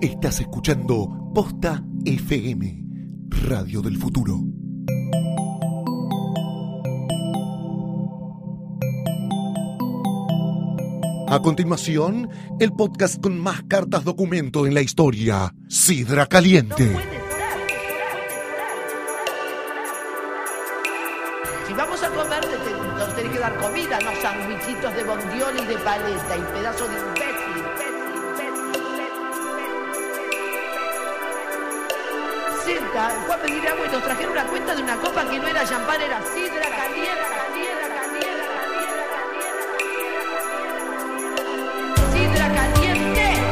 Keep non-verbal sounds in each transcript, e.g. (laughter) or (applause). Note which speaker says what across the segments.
Speaker 1: Estás escuchando Posta FM, Radio del Futuro. A continuación, el podcast con más cartas documento en la historia, Sidra Caliente.
Speaker 2: Si vamos a comer, te- te- nos tenés que dar comida, no sandwichitos de bondiol y de paleta y pedazo de imbécil. Senta, fue a pedir agua y nos trajeron una cuenta de una copa que no era champán, era sidra caliente, caliente, caliente, caliente, caliente. Sidra caliente.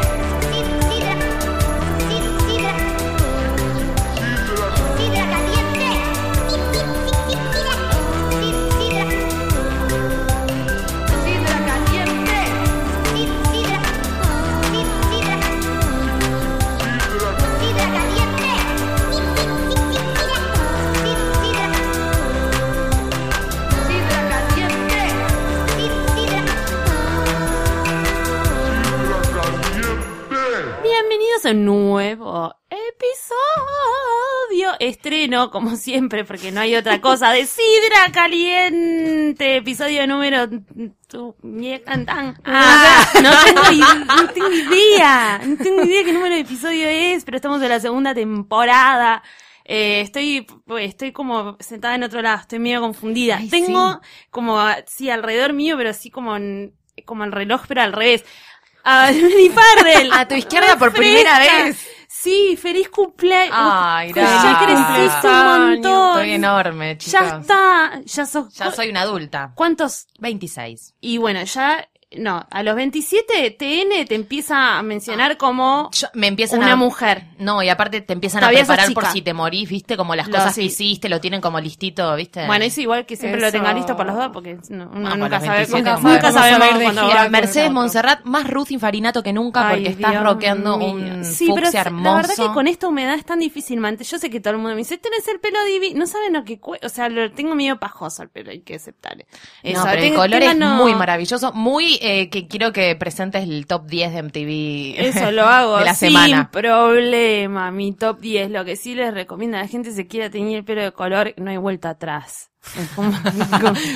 Speaker 2: Sidra caliente. Sidra caliente.
Speaker 3: Bienvenidos a un nuevo episodio. Estreno, como siempre, porque no hay otra cosa, de Sidra Caliente. Episodio número... tu- miecan tan. Ah, no, tengo, i- no tengo idea. No tengo idea qué número de episodio es, pero estamos en la segunda temporada. Eh, estoy, estoy como sentada en otro lado, estoy medio confundida.
Speaker 4: Ay,
Speaker 3: tengo como, sí, alrededor mío, pero así como en- como el reloj, pero al revés. Ah, A (laughs) Benny Farrell.
Speaker 4: A tu izquierda por primera vez.
Speaker 3: Sí, feliz cumpleaños.
Speaker 4: Ay,
Speaker 3: Uf, ya creciste un montón.
Speaker 4: Estoy enorme, chicos.
Speaker 3: ya está, ya sos.
Speaker 4: Ya soy una adulta.
Speaker 3: ¿Cuántos?
Speaker 4: 26.
Speaker 3: Y bueno, ya, no, a los 27 TN te empieza a mencionar como
Speaker 4: Ah. Yo- me empiezan
Speaker 3: una
Speaker 4: a...
Speaker 3: mujer.
Speaker 4: No, y aparte te empiezan a
Speaker 3: Todavía sos
Speaker 4: preparar por
Speaker 3: chica.
Speaker 4: si te morís, ¿viste? Como las
Speaker 3: Lo-
Speaker 4: cosas
Speaker 3: sí.
Speaker 4: que hiciste, lo tienen como listito, ¿viste?
Speaker 3: Bueno, eso igual que siempre lo
Speaker 5: Eso.
Speaker 3: tenga listo por los dos, porque no- uno
Speaker 4: Eh. Ah,
Speaker 3: nunca
Speaker 4: para los
Speaker 3: sabe
Speaker 4: 27
Speaker 3: cuándo-
Speaker 4: no.
Speaker 3: nunca
Speaker 5: Vamos a
Speaker 3: sabemos
Speaker 5: ver de
Speaker 3: cuándo
Speaker 5: gira.
Speaker 3: va-
Speaker 4: Mercedes
Speaker 5: Otro.
Speaker 4: Montserrat, más Ruth Infarinato que nunca, porque
Speaker 3: Ay,
Speaker 4: estás
Speaker 3: Dios
Speaker 4: rockeando
Speaker 3: mío.
Speaker 4: un
Speaker 3: sí, pero
Speaker 4: fucsia
Speaker 3: se-
Speaker 4: hermoso.
Speaker 3: La verdad que con esta humedad es tan difícil mantener. Yo sé que todo el mundo me dice, tenés el pelo divino. No saben lo que cue- O sea, lo tengo medio pajoso el pelo, hay que aceptar. Eso,
Speaker 4: no, pero el
Speaker 3: ten-
Speaker 4: color es
Speaker 3: ténganlo-
Speaker 4: muy maravilloso. Muy eh, que quiero que presentes el top 10 de MTV. (laughs)
Speaker 3: Eso lo hago
Speaker 4: de la
Speaker 3: sin
Speaker 4: semana.
Speaker 3: problema, mi top 10. Lo que sí les recomiendo a la gente se quiera teñir el pelo de color, no hay vuelta atrás. Es como-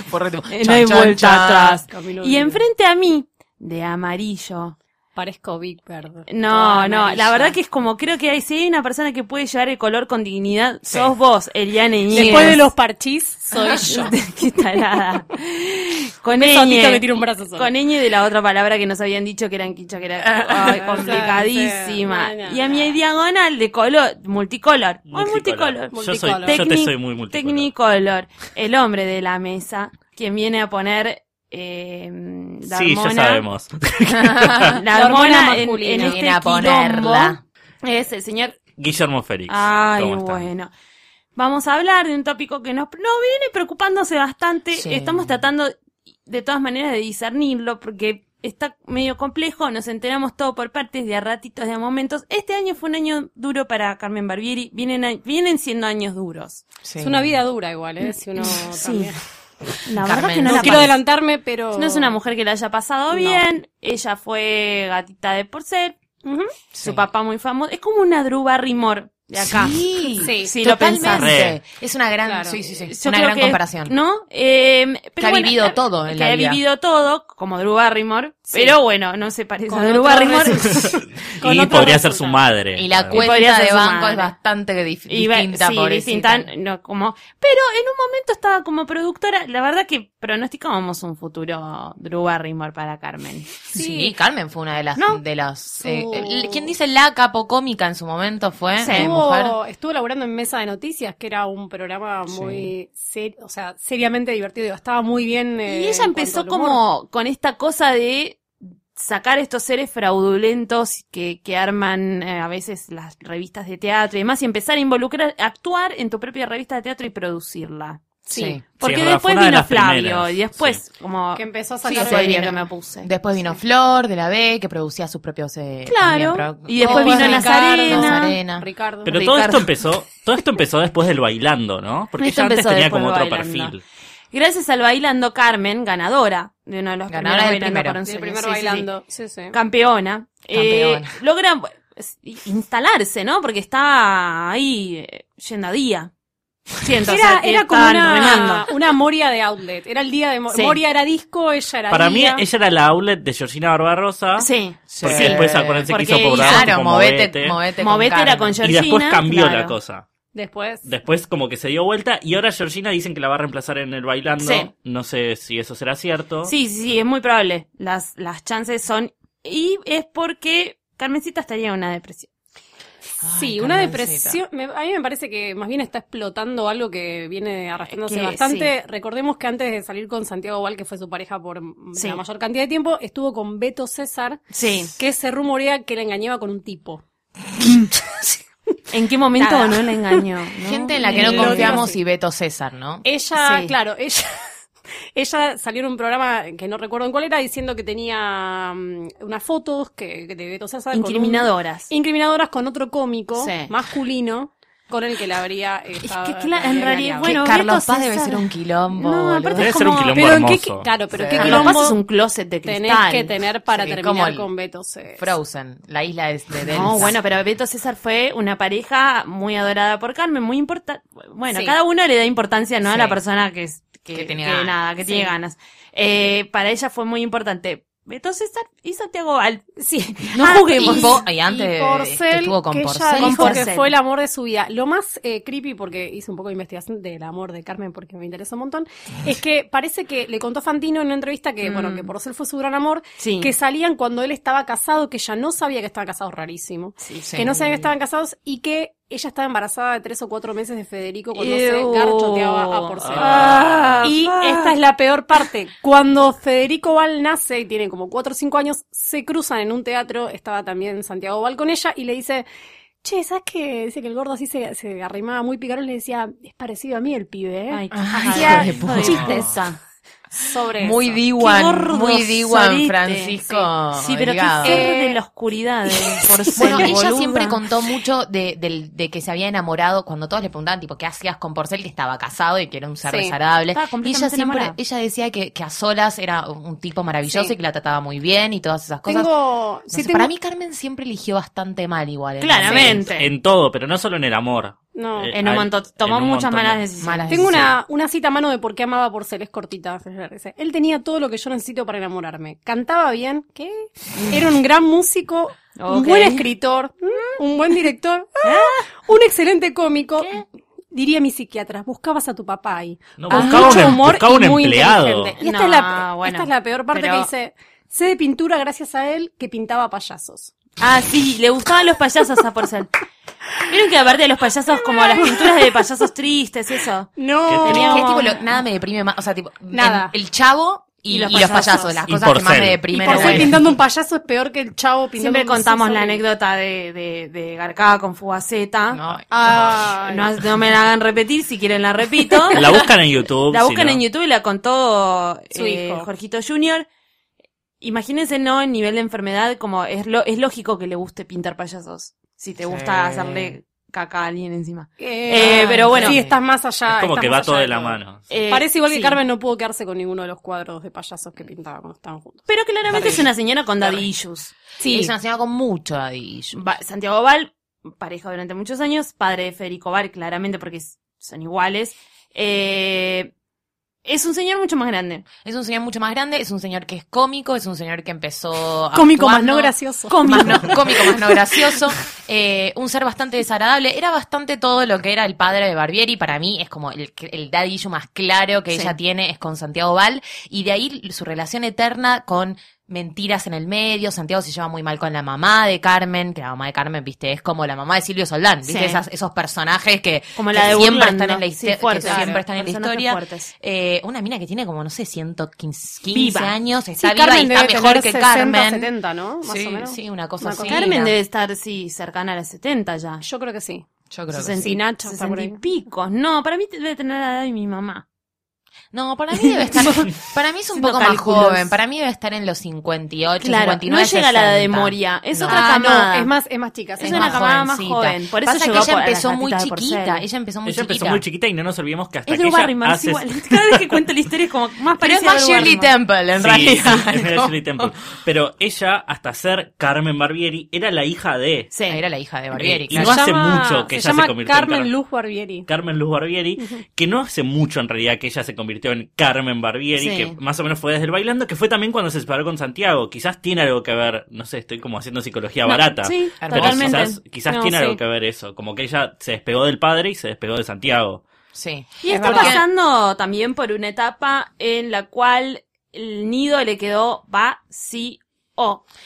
Speaker 4: Por último,
Speaker 3: Eh, no
Speaker 4: chan,
Speaker 3: hay
Speaker 4: chan,
Speaker 3: vuelta
Speaker 4: chan.
Speaker 3: atrás.
Speaker 5: Camilo
Speaker 3: Y
Speaker 5: Vives.
Speaker 3: enfrente a mí, de amarillo.
Speaker 5: Parezco Big Bird.
Speaker 3: No, no, la verdad que es como, creo que hay, si hay una persona que puede llevar el color con dignidad, sos vos, Eliane Iñez.
Speaker 5: Después
Speaker 3: (laughs)
Speaker 5: de los parchís, soy yo.
Speaker 3: Qué tarada. Con
Speaker 5: Beso a Tito
Speaker 3: Ñ.
Speaker 5: que tira un brazo solo.
Speaker 3: Con Ñ y de la otra palabra que nos habían dicho que eran quicho, que era ay, complicadísima.
Speaker 5: No, no,
Speaker 3: Y a mi
Speaker 5: no.
Speaker 3: diagonal de color, multicolor. Ay, multicolor.
Speaker 6: Multicolor. Yo, soy, yo te
Speaker 3: Technic-
Speaker 6: soy muy multicolor.
Speaker 3: Technicolor. El hombre de la mesa, quien viene a poner, eh, la
Speaker 6: Sí,
Speaker 3: hormona-
Speaker 6: ya sabemos.
Speaker 3: (laughs)
Speaker 6: (laughs)
Speaker 3: La
Speaker 5: La hormona
Speaker 3: hormona en,
Speaker 5: masculina
Speaker 3: en este
Speaker 4: viene a
Speaker 3: quilombo
Speaker 4: ponerla.
Speaker 3: es el señor
Speaker 6: Guillermo Félix.
Speaker 3: Ay,
Speaker 6: ¿cómo están?
Speaker 3: bueno. Vamos a hablar de un tópico que nos, nos viene preocupándose bastante.
Speaker 4: Sí.
Speaker 3: Estamos tratando de todas maneras de discernirlo porque está medio complejo, nos enteramos todo por partes, de a ratitos, de a momentos. Este año fue un año duro para Carmen Barbieri, vienen, a- vienen siendo años duros.
Speaker 4: Sí.
Speaker 5: Es una vida dura igual, ¿eh? Si uno también.
Speaker 3: La
Speaker 4: Carmen,
Speaker 3: verdad que no,
Speaker 5: No,
Speaker 3: la
Speaker 5: quiero
Speaker 3: pas-
Speaker 5: adelantarme, pero...
Speaker 3: no es una mujer que la haya pasado
Speaker 5: No.
Speaker 3: bien, ella fue gatita de por ser, Ujú.
Speaker 4: Sí.
Speaker 3: su papá muy famoso, es como una Drew Barrymore de acá.
Speaker 4: Sí,
Speaker 5: Sí,
Speaker 3: si lo pensás.
Speaker 4: totalmente. Es una gran,
Speaker 5: Claro.
Speaker 4: sí, sí, sí,
Speaker 3: Yo
Speaker 4: una
Speaker 3: creo
Speaker 4: gran
Speaker 3: que-
Speaker 4: comparación.
Speaker 3: ¿No? Eh, pero
Speaker 4: ha
Speaker 3: bueno,
Speaker 4: vivido
Speaker 3: eh,
Speaker 4: todo en
Speaker 3: que
Speaker 4: la
Speaker 3: ha
Speaker 4: vida.
Speaker 3: vivido todo, como Drew Barrymore. Pero bueno, no se parece
Speaker 5: Con
Speaker 3: a Drew
Speaker 5: otro
Speaker 3: Barrymore. (laughs)
Speaker 5: resu- con
Speaker 6: (laughs) Y
Speaker 5: otro
Speaker 6: podría ser su
Speaker 5: resultado.
Speaker 6: madre.
Speaker 4: y la
Speaker 6: Ah,
Speaker 3: podría
Speaker 4: cuenta
Speaker 3: ser
Speaker 4: de
Speaker 3: su
Speaker 4: banco
Speaker 3: madre.
Speaker 4: es bastante dif-
Speaker 3: Y va-
Speaker 4: distinta,
Speaker 3: sí,
Speaker 4: pobrecita.
Speaker 3: distinta, no, como, pero en un momento estaba como productora, la verdad que pronosticábamos un futuro Drew Barrymore para Carmen.
Speaker 4: Sí. Carmen fue una de las...
Speaker 3: No.
Speaker 4: De las eh,
Speaker 5: Su-
Speaker 4: eh, ¿Quién dice la capocómica en su momento fue?
Speaker 3: Sí.
Speaker 4: eh, mujer.
Speaker 5: Estuvo, estuvo laburando en Mesa de Noticias, que era un programa muy ser- o sea, seriamente divertido. digo, Estaba muy bien. eh,
Speaker 3: Y ella
Speaker 5: en
Speaker 3: empezó
Speaker 5: cuanto al humor.
Speaker 3: como con esta cosa de sacar estos seres fraudulentos que, que arman eh, a veces las revistas de teatro y demás, y empezar a involucrar, a actuar en tu propia revista de teatro y producirla.
Speaker 4: Sí.
Speaker 3: Porque
Speaker 6: Sí, es verdad, fue
Speaker 3: después
Speaker 6: una de
Speaker 3: vino
Speaker 6: las
Speaker 3: Flavio
Speaker 6: primeras,
Speaker 3: y después como
Speaker 5: Que empezó a
Speaker 3: sí,
Speaker 5: sacar.
Speaker 3: ese día
Speaker 4: vino.
Speaker 3: que me puse.
Speaker 4: Después vino Flor de la B, que producía sus propios... eh,
Speaker 3: Claro.
Speaker 4: también pro-
Speaker 3: Y después
Speaker 4: cosas.
Speaker 3: vino Nazarena.
Speaker 4: Nazarena.
Speaker 5: Ricardo.
Speaker 6: Pero todo
Speaker 4: Ricardo.
Speaker 6: esto empezó, todo esto empezó después del bailando, ¿no? Porque
Speaker 3: Esto
Speaker 6: ella antes
Speaker 3: empezó
Speaker 6: tenía
Speaker 3: después
Speaker 6: como
Speaker 3: del
Speaker 6: otro
Speaker 3: Bailando.
Speaker 6: perfil.
Speaker 3: Gracias al bailando Carmen, ganadora de uno de los
Speaker 4: Ganadora
Speaker 3: primeros Bailando
Speaker 4: del primero.
Speaker 3: por un
Speaker 5: Del
Speaker 3: sueño,
Speaker 5: primero
Speaker 3: sí, sí, sí.
Speaker 5: bailando. Sí, sí.
Speaker 3: Campeona. Eh,
Speaker 4: Campeona.
Speaker 3: logran es- i- instalarse, ¿no? Porque estaba ahí eh, yendo a día. Siento, o
Speaker 5: Era,
Speaker 3: sea, que
Speaker 5: era como
Speaker 3: estaban
Speaker 5: una,
Speaker 3: remando.
Speaker 5: una Moria de outlet. Era el día de Mo-
Speaker 3: Sí.
Speaker 5: Moria era disco, ella era
Speaker 6: Para mí,
Speaker 5: día.
Speaker 6: ella era la outlet de Georgina Barbarosa.
Speaker 3: Sí.
Speaker 6: Porque
Speaker 4: Sí.
Speaker 6: después acuérdense
Speaker 3: Porque
Speaker 6: que hizo programas
Speaker 4: Claro,
Speaker 6: como
Speaker 4: movete,
Speaker 6: Movete.
Speaker 4: movete. con
Speaker 3: Movete era
Speaker 4: Carmen.
Speaker 3: con
Speaker 6: y
Speaker 3: Georgina.
Speaker 6: después cambió la
Speaker 3: claro.
Speaker 6: cosa.
Speaker 5: Después.
Speaker 6: Después como que se dio vuelta y ahora Georgina dicen que la va a reemplazar en el bailando.
Speaker 3: Sí.
Speaker 6: No sé si eso será cierto.
Speaker 3: Sí, sí, sí, es muy probable. Las, las chances son. Y es porque Carmencita estaría en una depresión.
Speaker 5: Sí,
Speaker 4: Ay,
Speaker 5: una
Speaker 4: Carmencita.
Speaker 5: depresión. me- a mí me parece que más bien está explotando algo que viene arrastrándose
Speaker 3: Es que
Speaker 5: bastante. Recordemos que antes de salir con Santiago Val, que fue su pareja por mm,
Speaker 3: Sí.
Speaker 5: la mayor cantidad de tiempo, estuvo con Beto César,
Speaker 3: Sí.
Speaker 5: que se rumorea que la engañaba con un tipo.
Speaker 3: ¿En qué momento
Speaker 5: Nada.
Speaker 3: no la engañó? ¿no? Eh,
Speaker 4: Gente en la que Eh, no
Speaker 5: Lo digo
Speaker 4: confiamos
Speaker 5: así.
Speaker 4: y Beto César, ¿no?
Speaker 5: Ella,
Speaker 3: Sí.
Speaker 5: claro, ella, (laughs) ella salió en un programa que no recuerdo en cuál era, diciendo que tenía mm, unas fotos que, que de Beto César. con un-
Speaker 3: Incriminadoras.
Speaker 5: incriminadoras con otro cómico
Speaker 4: Sí.
Speaker 5: masculino con el que la habría
Speaker 3: que,
Speaker 5: estado,
Speaker 3: cla- en realidad, bueno,
Speaker 4: que Carlos
Speaker 3: Beto
Speaker 4: Paz
Speaker 3: César-
Speaker 4: debe ser un quilombo.
Speaker 3: No,
Speaker 4: boludo.
Speaker 3: aparte
Speaker 6: Debe
Speaker 3: es
Speaker 6: ser un
Speaker 3: como-
Speaker 6: quilombo
Speaker 5: pero en qué
Speaker 6: hermoso.
Speaker 5: claro pero
Speaker 4: Sí.
Speaker 5: qué
Speaker 3: Carlos Paz es un
Speaker 5: quilombo
Speaker 3: closet de
Speaker 5: tenés
Speaker 3: cristal.
Speaker 5: que tener para
Speaker 4: Sí, como
Speaker 5: terminar
Speaker 4: el-
Speaker 5: con Beto César.
Speaker 4: Frozen, la isla de, de Delsa.
Speaker 3: No, bueno, pero Beto César fue una pareja muy adorada por Carmen, muy importante. Bueno,
Speaker 5: Sí.
Speaker 3: cada uno le da importancia no a
Speaker 4: Sí.
Speaker 3: la persona que es- que,
Speaker 4: Que tenía
Speaker 3: que
Speaker 4: ganas.
Speaker 3: nada, que
Speaker 5: Sí.
Speaker 3: tiene ganas. Eh, para ella fue muy importante. Beto César y Santiago Val. Sí, no
Speaker 5: Ah,
Speaker 3: juguemos.
Speaker 4: Y, po- y antes
Speaker 5: y Porcel,
Speaker 4: estuvo con
Speaker 5: que ella
Speaker 4: Porcel.
Speaker 5: dijo
Speaker 3: Con
Speaker 5: que
Speaker 3: Porcel.
Speaker 5: fue el amor de su vida. Lo más eh, creepy, porque hice un poco de investigación del amor de Carmen, porque me interesa un montón, es que parece que le contó Fantino en una entrevista que,
Speaker 3: Mm.
Speaker 5: bueno, que Porcel fue su gran amor,
Speaker 3: Sí.
Speaker 5: que salían cuando él estaba casado, que ella no sabía que estaba casado, rarísimo.
Speaker 4: Sí, sí.
Speaker 5: que no sabían que estaban casados y que ella estaba embarazada de tres o cuatro meses de Federico cuando se garchoteaba a Porcel.
Speaker 6: Ah,
Speaker 5: y esta es la peor parte. Cuando Federico Val nace y tiene como cuatro o cinco años, se cruzan en un teatro, estaba también Santiago Val con ella y le dice, che, ¿sabes qué? Dice que el gordo así se, se arrimaba muy picarón, le decía, es parecido a mí el pibe, ¿eh?
Speaker 3: Ay, qué
Speaker 4: Ay,
Speaker 3: paja,
Speaker 4: hijo de
Speaker 3: hijo
Speaker 4: puta.
Speaker 3: de
Speaker 5: Chistes.
Speaker 3: puta.
Speaker 5: Sobre
Speaker 4: Muy
Speaker 5: eso.
Speaker 3: Qué
Speaker 4: Diwan,
Speaker 3: gordo,
Speaker 4: muy Diwan
Speaker 3: sorete.
Speaker 4: Francisco.
Speaker 3: Sí, pero qué
Speaker 4: Delgado.
Speaker 3: cerdo
Speaker 5: Eh,
Speaker 3: de la oscuridad. eh, por ser,
Speaker 4: Bueno, ella
Speaker 3: boluda.
Speaker 4: siempre contó mucho de, del- de que se había enamorado cuando todos le preguntaban, tipo, ¿qué hacías con Porcel? Que estaba casado y que era un ser
Speaker 5: Sí.
Speaker 4: desagradable.
Speaker 3: Estaba
Speaker 4: Y ella
Speaker 3: completamente
Speaker 4: siempre,
Speaker 3: enamorada.
Speaker 4: ella decía que, que a solas era un tipo maravilloso
Speaker 5: Sí.
Speaker 4: y que la trataba muy bien y todas esas cosas. No
Speaker 5: Tengo,
Speaker 4: sé,
Speaker 5: sí, tengo-
Speaker 4: Para mí Carmen siempre eligió bastante mal igual. en
Speaker 3: Claramente.
Speaker 6: En todo, pero no solo en el amor.
Speaker 5: no.
Speaker 6: Eh,
Speaker 3: En un
Speaker 6: Ay,
Speaker 3: montón. Tomó
Speaker 6: en un
Speaker 3: muchas
Speaker 6: montón
Speaker 3: malas
Speaker 6: de-
Speaker 4: las
Speaker 3: decisiones.
Speaker 4: Malas
Speaker 5: Tengo
Speaker 4: decisiones.
Speaker 5: una, una cita a mano de por qué amaba a Porcel, es cortita. dice, Él tenía todo lo que yo necesito para enamorarme. Cantaba bien, ¿qué? Era un gran músico, un
Speaker 3: Mm. Ok. Ah.
Speaker 5: buen escritor, mm, un buen
Speaker 3: (laughs)
Speaker 5: director, ah, un excelente cómico. Diría mi psiquiatra, buscabas a tu papá ahí.
Speaker 6: No,
Speaker 5: Con
Speaker 6: buscaba
Speaker 5: mucho
Speaker 6: un em-
Speaker 5: humor
Speaker 6: buscaba
Speaker 5: y
Speaker 6: un
Speaker 5: muy
Speaker 6: empleado.
Speaker 5: inteligente. Y esta,
Speaker 3: No,
Speaker 5: es la,
Speaker 3: bueno,
Speaker 5: esta es la peor parte
Speaker 3: pero-
Speaker 5: que dice, sé de pintura gracias a él que pintaba payasos.
Speaker 3: Ah, sí, le gustaban los payasos a (laughs) Porcel. Vieron que aparte de los payasos, como las pinturas de payasos tristes, eso.
Speaker 5: No,
Speaker 6: Qué
Speaker 4: Es que es
Speaker 3: No.
Speaker 4: tipo lo- nada me deprime más, o sea, tipo,
Speaker 5: Nada.
Speaker 4: en- el chavo y,
Speaker 3: Y los
Speaker 4: y los
Speaker 3: payasos.
Speaker 4: payasos, las
Speaker 6: Y
Speaker 4: cosas que más
Speaker 6: Porcel.
Speaker 4: me
Speaker 5: y
Speaker 4: deprimen.
Speaker 5: Porcel
Speaker 6: bueno.
Speaker 5: pintando un payaso es peor que el chavo pintando
Speaker 3: Siempre
Speaker 5: un
Speaker 3: contamos la
Speaker 5: sésamo.
Speaker 3: anécdota de, de, de Garcaba con Fugaceta. No.
Speaker 4: No,
Speaker 5: Ay.
Speaker 3: no me la hagan repetir, si quieren la repito.
Speaker 6: (laughs) La buscan en YouTube.
Speaker 3: La
Speaker 6: si
Speaker 3: buscan
Speaker 6: no.
Speaker 3: en YouTube y la contó
Speaker 5: Su
Speaker 3: eh,
Speaker 5: hijo.
Speaker 3: Jorgito Junior. Imagínense, ¿no? El nivel de enfermedad, como es, lo, es lógico que le guste pintar payasos. Si te gusta
Speaker 4: Sí.
Speaker 3: hacerle caca a alguien encima.
Speaker 5: Eh,
Speaker 3: Eh, pero bueno.
Speaker 5: Sí, estás más allá.
Speaker 6: Es como
Speaker 5: estás
Speaker 6: que
Speaker 5: más
Speaker 6: va todo
Speaker 5: allá
Speaker 6: de la mano.
Speaker 3: Eh,
Speaker 5: Parece igual
Speaker 3: sí.
Speaker 5: que Carmen no pudo quedarse con ninguno de los cuadros de payasos que pintaba cuando estaban juntos.
Speaker 3: Pero claramente es una señora con daddy
Speaker 4: Terrible.
Speaker 3: issues.
Speaker 4: sí. Es una señora con mucho adillo.
Speaker 3: Va- Santiago Val, pareja durante muchos años, padre de Federico Val, claramente porque s- son iguales. Eh, es un señor mucho más grande.
Speaker 4: Es un señor mucho más grande, es un señor que es cómico, es un señor que empezó
Speaker 5: Cómico más no
Speaker 4: actuando,
Speaker 5: gracioso.
Speaker 4: más no- cómico más no gracioso, eh, un ser bastante desagradable, era bastante todo lo que era el padre de Barbieri, para mí es como el, el dadillo más claro que
Speaker 3: Sí.
Speaker 4: ella tiene es con Santiago Val, y de ahí su relación eterna con mentiras en el medio, Santiago se lleva muy mal con la mamá de Carmen, que la mamá de Carmen, viste, es como la mamá de Silvio Soldán, viste,
Speaker 3: Sí.
Speaker 4: Esas- esos personajes que,
Speaker 3: Como
Speaker 4: que
Speaker 3: la de
Speaker 4: siempre
Speaker 3: Burlando.
Speaker 4: están en la,
Speaker 3: Sí,
Speaker 4: histo- que
Speaker 3: fuerte,
Speaker 4: siempre
Speaker 3: claro.
Speaker 4: están en la
Speaker 3: Personajes
Speaker 4: historia.
Speaker 3: fuertes.
Speaker 4: Eh, una mina que tiene como, no sé, 115 15
Speaker 3: Viva.
Speaker 4: años,
Speaker 5: Sí,
Speaker 4: está viva y está mejor que
Speaker 5: 60,
Speaker 4: Carmen.
Speaker 5: 70, ¿no? Más
Speaker 4: Sí,
Speaker 5: o menos.
Speaker 4: sí, una cosa así.
Speaker 3: Carmen
Speaker 4: Mira.
Speaker 3: debe estar, sí, cercana a las 70 ya.
Speaker 5: Yo creo que sí.
Speaker 4: Yo creo que
Speaker 3: Sesenta y-
Speaker 5: sí. Nacho está por
Speaker 3: sesenta y
Speaker 5: ahí.
Speaker 3: picos. No, para mí debe tener la edad de mi mamá.
Speaker 4: No, para mí debe estar.
Speaker 3: (laughs)
Speaker 4: para mí es un
Speaker 3: Haciendo
Speaker 4: poco más
Speaker 3: cálculos.
Speaker 4: joven. Para mí debe estar en los 58,
Speaker 3: Claro,
Speaker 4: 59.
Speaker 3: no llega a la edad de
Speaker 4: 60.
Speaker 3: Moria, es
Speaker 4: No.
Speaker 3: otra
Speaker 5: Ah, no,
Speaker 3: camada.
Speaker 5: es más, es más chica. sí.
Speaker 3: Es una
Speaker 4: más
Speaker 3: camada más
Speaker 4: jovencita.
Speaker 3: joven, por eso
Speaker 4: Pasa
Speaker 3: llegó
Speaker 4: que
Speaker 3: por-
Speaker 4: ella
Speaker 3: a las
Speaker 4: empezó muy
Speaker 3: gatitas de porcel.
Speaker 4: chiquita. Ella empezó muy
Speaker 6: Ella
Speaker 4: chiquita.
Speaker 6: empezó muy chiquita y no nos olvidemos que hasta
Speaker 3: Es
Speaker 6: que
Speaker 3: Drew
Speaker 6: ella
Speaker 3: Barrymore, es
Speaker 6: hace- (laughs)
Speaker 3: igual. (laughs) Cada vez que cuento la historia es como más
Speaker 4: Pero es
Speaker 3: parecida a
Speaker 4: más
Speaker 3: Drew
Speaker 4: Shirley
Speaker 3: Barrymore.
Speaker 4: Temple, en
Speaker 6: Sí,
Speaker 4: realidad.
Speaker 6: sí, es medio
Speaker 4: ¿no? (laughs)
Speaker 6: Shirley Temple. Pero ella, hasta ser Carmen Barbieri, era la hija de Eh,
Speaker 3: Sí.
Speaker 4: Era la hija de Barbieri,
Speaker 6: Y
Speaker 4: claro.
Speaker 6: no hace mucho que
Speaker 5: se
Speaker 6: ella
Speaker 5: llama
Speaker 6: se convirtió en
Speaker 5: Carmen
Speaker 6: Car-
Speaker 5: Luz Barbieri.
Speaker 6: Carmen Luz Barbieri, que no hace mucho en realidad que ella se convirtió en Carmen Barbieri,
Speaker 4: Sí.
Speaker 6: que más o menos fue desde el bailando, que fue también cuando se separó con Santiago. Quizás tiene algo que ver, no sé, estoy como haciendo psicología
Speaker 5: No,
Speaker 6: barata.
Speaker 5: sí,
Speaker 6: pero
Speaker 3: totalmente.
Speaker 6: quizás, quizás
Speaker 5: No,
Speaker 6: tiene algo
Speaker 5: sí.
Speaker 6: que ver eso, como que ella se despegó del padre y se despegó de Santiago.
Speaker 4: Sí.
Speaker 3: Y
Speaker 5: Es
Speaker 3: está
Speaker 5: verdad.
Speaker 3: pasando también por una etapa en la cual el nido le quedó vacío,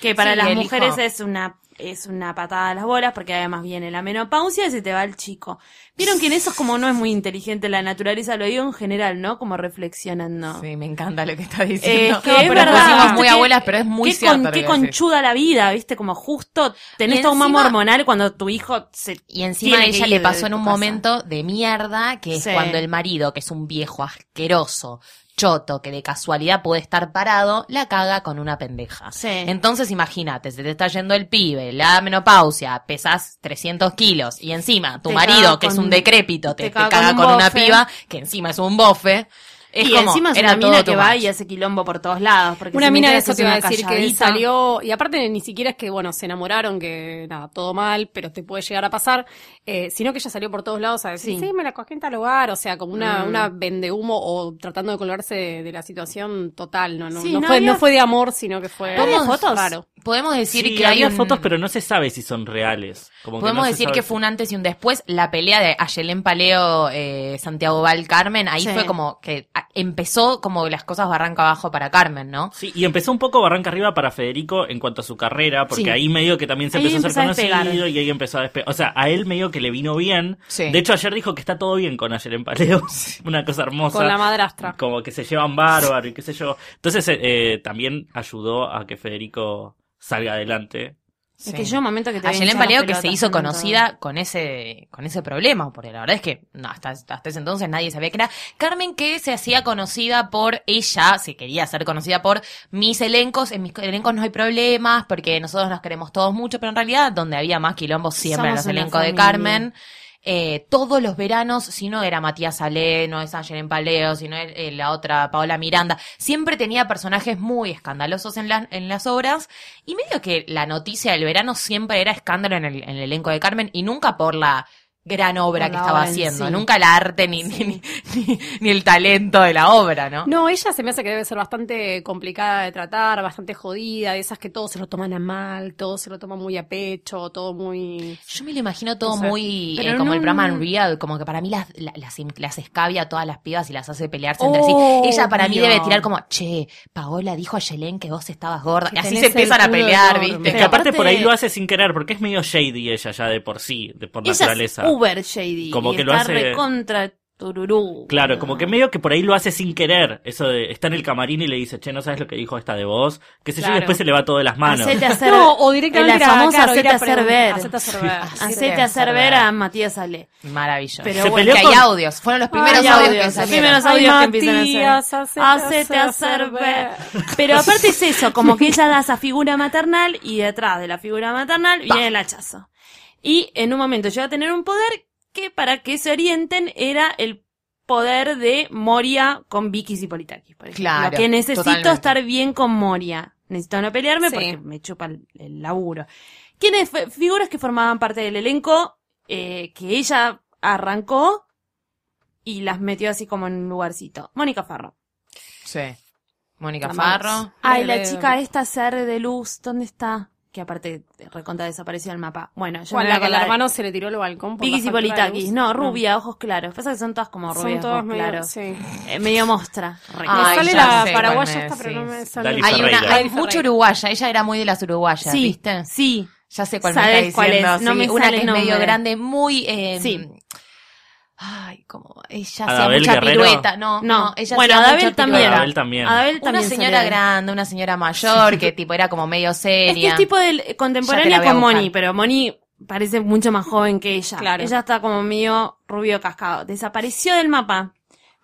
Speaker 3: que para
Speaker 4: Sí,
Speaker 3: las
Speaker 4: el
Speaker 3: mujeres
Speaker 4: hijo.
Speaker 3: es una es una patada a las bolas porque además viene la menopausia y se te va el chico. Vieron que en eso es como no es muy inteligente la naturaleza, lo digo en general, ¿no? Como reflexionando.
Speaker 4: Sí, me encanta lo que está
Speaker 3: Eh,
Speaker 4: diciendo.
Speaker 3: que
Speaker 4: No,
Speaker 3: es
Speaker 4: pero
Speaker 3: verdad.
Speaker 4: pusimos muy
Speaker 3: ¿Qué-
Speaker 4: abuelas, pero es muy
Speaker 3: qué,
Speaker 4: cierto.
Speaker 3: con-
Speaker 4: lo
Speaker 3: qué
Speaker 4: que decís.
Speaker 3: conchuda la vida, ¿viste? Como justo tenés
Speaker 4: Y
Speaker 3: todo un
Speaker 4: encima-
Speaker 3: mamo hormonal cuando tu hijo se...
Speaker 4: Y encima a
Speaker 3: Tiene que
Speaker 4: ella
Speaker 3: ir
Speaker 4: le
Speaker 3: de
Speaker 4: pasó en
Speaker 3: tu
Speaker 4: un
Speaker 3: casa.
Speaker 4: momento de mierda, que es
Speaker 3: Sí.
Speaker 4: cuando el marido, que es un viejo asqueroso, choto, que de casualidad puede estar parado, la caga con una pendeja.
Speaker 3: Sí.
Speaker 4: Entonces imagínate, se te está yendo el pibe, la menopausia, pesas 300 kilos y encima tu
Speaker 3: Te caga
Speaker 4: marido, que es
Speaker 3: con-
Speaker 4: un decrépito, te,
Speaker 3: te
Speaker 4: te
Speaker 3: caga
Speaker 4: caga,
Speaker 3: con
Speaker 4: con,
Speaker 3: un
Speaker 4: una
Speaker 3: bofe.
Speaker 4: piba, que encima es un bofe. Es
Speaker 3: y
Speaker 4: como,
Speaker 3: encima es
Speaker 4: era
Speaker 3: una mina
Speaker 4: todo
Speaker 3: que
Speaker 4: too
Speaker 3: va
Speaker 4: much.
Speaker 3: y hace quilombo por todos lados. Porque
Speaker 5: Una
Speaker 3: si
Speaker 5: mina
Speaker 3: me
Speaker 5: de
Speaker 3: enteras
Speaker 5: eso te iba a
Speaker 3: es una
Speaker 5: decir que
Speaker 3: calladita.
Speaker 5: salió, y aparte ni siquiera es que, bueno, se enamoraron, que nada, todo mal, pero te puede llegar a pasar, eh, sino que ella salió por todos lados a decir,
Speaker 3: Sí.
Speaker 5: sí, me la cogí en tal hogar, o sea, como una,
Speaker 3: Mm.
Speaker 5: una vendehumo o tratando de colgarse de, de la situación total, no, no,
Speaker 3: Sí,
Speaker 5: no,
Speaker 3: no
Speaker 5: fue,
Speaker 3: había-
Speaker 5: no fue de amor, sino que fue
Speaker 4: ¿Podemos-
Speaker 5: fotos? raro.
Speaker 4: Podemos decir
Speaker 6: Sí,
Speaker 4: que hay
Speaker 6: había
Speaker 4: un-
Speaker 6: fotos, pero no se sabe si son reales. Como que no
Speaker 4: Podemos
Speaker 6: se
Speaker 4: decir
Speaker 6: sabe
Speaker 4: que
Speaker 6: si-
Speaker 4: fue un antes y un después. La pelea de Ayelén Paleo, eh, Santiago Val, Carmen, ahí
Speaker 3: Sí.
Speaker 4: fue como que a- empezó como las cosas barranca abajo para Carmen, ¿no?
Speaker 6: Sí, y empezó un poco barranca arriba para Federico en cuanto a su carrera, porque
Speaker 3: Sí.
Speaker 6: ahí medio que también se
Speaker 3: Ahí
Speaker 6: empezó a
Speaker 3: empezó
Speaker 6: ser
Speaker 3: a despegar.
Speaker 6: conocido y ahí empezó a despegar. O sea, a él medio que le vino bien.
Speaker 4: Sí.
Speaker 6: De hecho, ayer dijo que está todo bien con ayer en Paleo. (laughs) Una cosa hermosa.
Speaker 5: Con la madrastra.
Speaker 6: Como que se llevan bárbaro y qué sé yo. Entonces, eh, eh, también ayudó a que Federico salga adelante.
Speaker 3: Es que yo un momento que te
Speaker 4: Ayelén Paleo que se hizo conocida con ese, con ese problema, porque la verdad es que no, hasta, hasta ese entonces nadie sabía que era. Carmen que se hacía conocida por ella, se quería hacer conocida por mis elencos, en mis elencos no hay problemas, porque nosotros nos queremos todos mucho, pero en realidad donde había más quilombo siempre en
Speaker 3: Somos una
Speaker 4: los elencos de
Speaker 3: familia.
Speaker 4: Carmen. Eh, todos los veranos, si no era Matías Ale, no es Ángel en Paleo, si no es eh, la otra Paola Miranda, siempre tenía personajes muy escandalosos en, la- en las obras y medio que la noticia del verano siempre era escándalo en el, en el elenco de Carmen y nunca por la gran obra
Speaker 3: Por
Speaker 4: que
Speaker 3: la
Speaker 4: estaba
Speaker 3: obra en
Speaker 4: haciendo,
Speaker 3: sí.
Speaker 4: nunca el arte ni, ni- ni, ni- ni el talento de la obra, ¿no?
Speaker 5: No, ella se me hace que debe ser bastante complicada de tratar, bastante jodida, de esas que todos se lo toman a mal, todos se lo toman muy a pecho, todo muy...
Speaker 4: Yo me lo imagino todo
Speaker 5: No sé.
Speaker 4: muy eh,
Speaker 3: Pero
Speaker 4: como
Speaker 3: no-
Speaker 4: el programa Unreal, como que para mí las, la- las, las escabia a todas las pibas y las hace pelearse entre
Speaker 3: Oh, Obvio.
Speaker 4: sí. Ella para mí debe tirar como, che, Paola dijo a Yelén que vos estabas gorda.
Speaker 5: Que
Speaker 4: Y así
Speaker 5: tenés
Speaker 4: se empiezan
Speaker 5: el
Speaker 4: a
Speaker 5: culo
Speaker 4: pelear,
Speaker 5: enorme.
Speaker 4: ¿viste?
Speaker 6: Es que
Speaker 3: Pero
Speaker 6: aparte,
Speaker 3: aparte-
Speaker 6: por ahí lo hace sin querer, porque es medio shady ella ya de por sí, de por
Speaker 3: Ella
Speaker 6: naturaleza.
Speaker 3: es uber shady.
Speaker 6: Como
Speaker 3: y
Speaker 6: que lo
Speaker 3: está
Speaker 6: hace-
Speaker 3: recontra tururú.
Speaker 6: Claro, como que medio que por ahí lo hace sin querer. Eso de está en el camarín y le dice, che, no sabes lo que dijo esta de vos. Que se yo, y
Speaker 5: Claro.
Speaker 6: después se le va todo de las manos.
Speaker 3: Hacete
Speaker 4: (laughs)
Speaker 3: hacer,
Speaker 5: No, o directamente
Speaker 3: la
Speaker 5: ir a-
Speaker 3: famosa
Speaker 5: claro, ir
Speaker 3: hacete
Speaker 5: a
Speaker 3: hacer
Speaker 5: pregun-
Speaker 3: ver.
Speaker 5: hacete hacer ver.
Speaker 3: Hacete hacer ver a Matías Ale.
Speaker 4: Maravilloso.
Speaker 3: Pero
Speaker 6: Se
Speaker 3: bueno,
Speaker 6: peleó
Speaker 4: que
Speaker 6: con-
Speaker 4: hay audios. Fueron los primeros
Speaker 3: Hay
Speaker 4: audios,
Speaker 3: audios,
Speaker 4: que
Speaker 3: los
Speaker 4: salieron.
Speaker 3: primeros
Speaker 5: Ay,
Speaker 3: audios que empiezan a
Speaker 5: Matías,
Speaker 3: hacer.
Speaker 5: hacete
Speaker 3: Hacete hacer ver.
Speaker 4: (laughs)
Speaker 3: Pero aparte es eso, como que ella da esa figura maternal y detrás de la figura maternal viene el hachazo. Y en un momento llega a tener un poder que para que se orienten era el poder de Moria con Vicky y Politakis, por ejemplo.
Speaker 4: Claro,
Speaker 3: que necesito
Speaker 4: totalmente.
Speaker 3: estar bien con Moria. Necesito no pelearme
Speaker 5: Sí.
Speaker 3: porque me chupa el, el laburo. ¿Quiénes fe- figuras que formaban parte del elenco eh, que ella arrancó y las metió así como en un lugarcito? Mónica Farro.
Speaker 4: Sí. Mónica
Speaker 5: La
Speaker 4: Farro.
Speaker 5: Max.
Speaker 3: Ay, la
Speaker 5: Breve.
Speaker 3: chica esta ser de luz, ¿dónde está? Que aparte eh, recontra desapareció el mapa. Bueno, yo
Speaker 5: Bueno,
Speaker 3: me
Speaker 5: la que el
Speaker 3: acordaba de-
Speaker 5: hermano se le tiró al balcón por
Speaker 3: Vicky
Speaker 5: la factura de
Speaker 3: Politakis,
Speaker 5: luz.
Speaker 3: no, rubia, ojos claros. Pasa que son todas como rubias,
Speaker 5: Son todas
Speaker 3: ojos
Speaker 5: medio,
Speaker 3: claros.
Speaker 5: sí.
Speaker 3: Eh, medio mostra. re-
Speaker 4: Ah, Ay,
Speaker 5: me sale
Speaker 4: ya sé
Speaker 5: la
Speaker 4: cuál
Speaker 5: paraguaya
Speaker 4: me
Speaker 5: esta, pero no
Speaker 4: decís.
Speaker 5: me sale.
Speaker 6: Dali
Speaker 4: Hay, una,
Speaker 6: Ferreira.
Speaker 4: hay mucho uruguaya. Ella era muy de las uruguayas,
Speaker 3: sí,
Speaker 4: ¿viste?
Speaker 3: sí.
Speaker 4: Ya sé cuál
Speaker 3: ¿Sabes
Speaker 4: me está
Speaker 3: cuál
Speaker 4: diciendo.
Speaker 3: es? No
Speaker 4: sí.
Speaker 3: me
Speaker 4: una
Speaker 3: sale
Speaker 4: que es
Speaker 3: el nombre.
Speaker 4: medio grande, muy. eh,
Speaker 3: Sí.
Speaker 4: Ay, como. Ella hacía
Speaker 6: Adabel
Speaker 4: mucha
Speaker 6: Guerrero.
Speaker 4: pirueta. No,
Speaker 3: No.
Speaker 4: no. ella
Speaker 3: Bueno,
Speaker 4: hacía
Speaker 3: Adabel
Speaker 4: mucha
Speaker 3: también.
Speaker 4: pirueta.
Speaker 6: Adabel también.
Speaker 3: Adabel
Speaker 4: Una
Speaker 3: también
Speaker 4: señora
Speaker 3: salió.
Speaker 4: grande, una señora mayor, que tipo era como medio
Speaker 3: Es que
Speaker 4: seria.
Speaker 3: es tipo del eh,
Speaker 4: Ya
Speaker 3: contemporánea con
Speaker 4: te la voy a
Speaker 3: Moni,
Speaker 4: buscar.
Speaker 3: pero Moni parece mucho más joven que ella.
Speaker 5: Claro.
Speaker 3: Ella está como medio rubio cascado. Desapareció del mapa.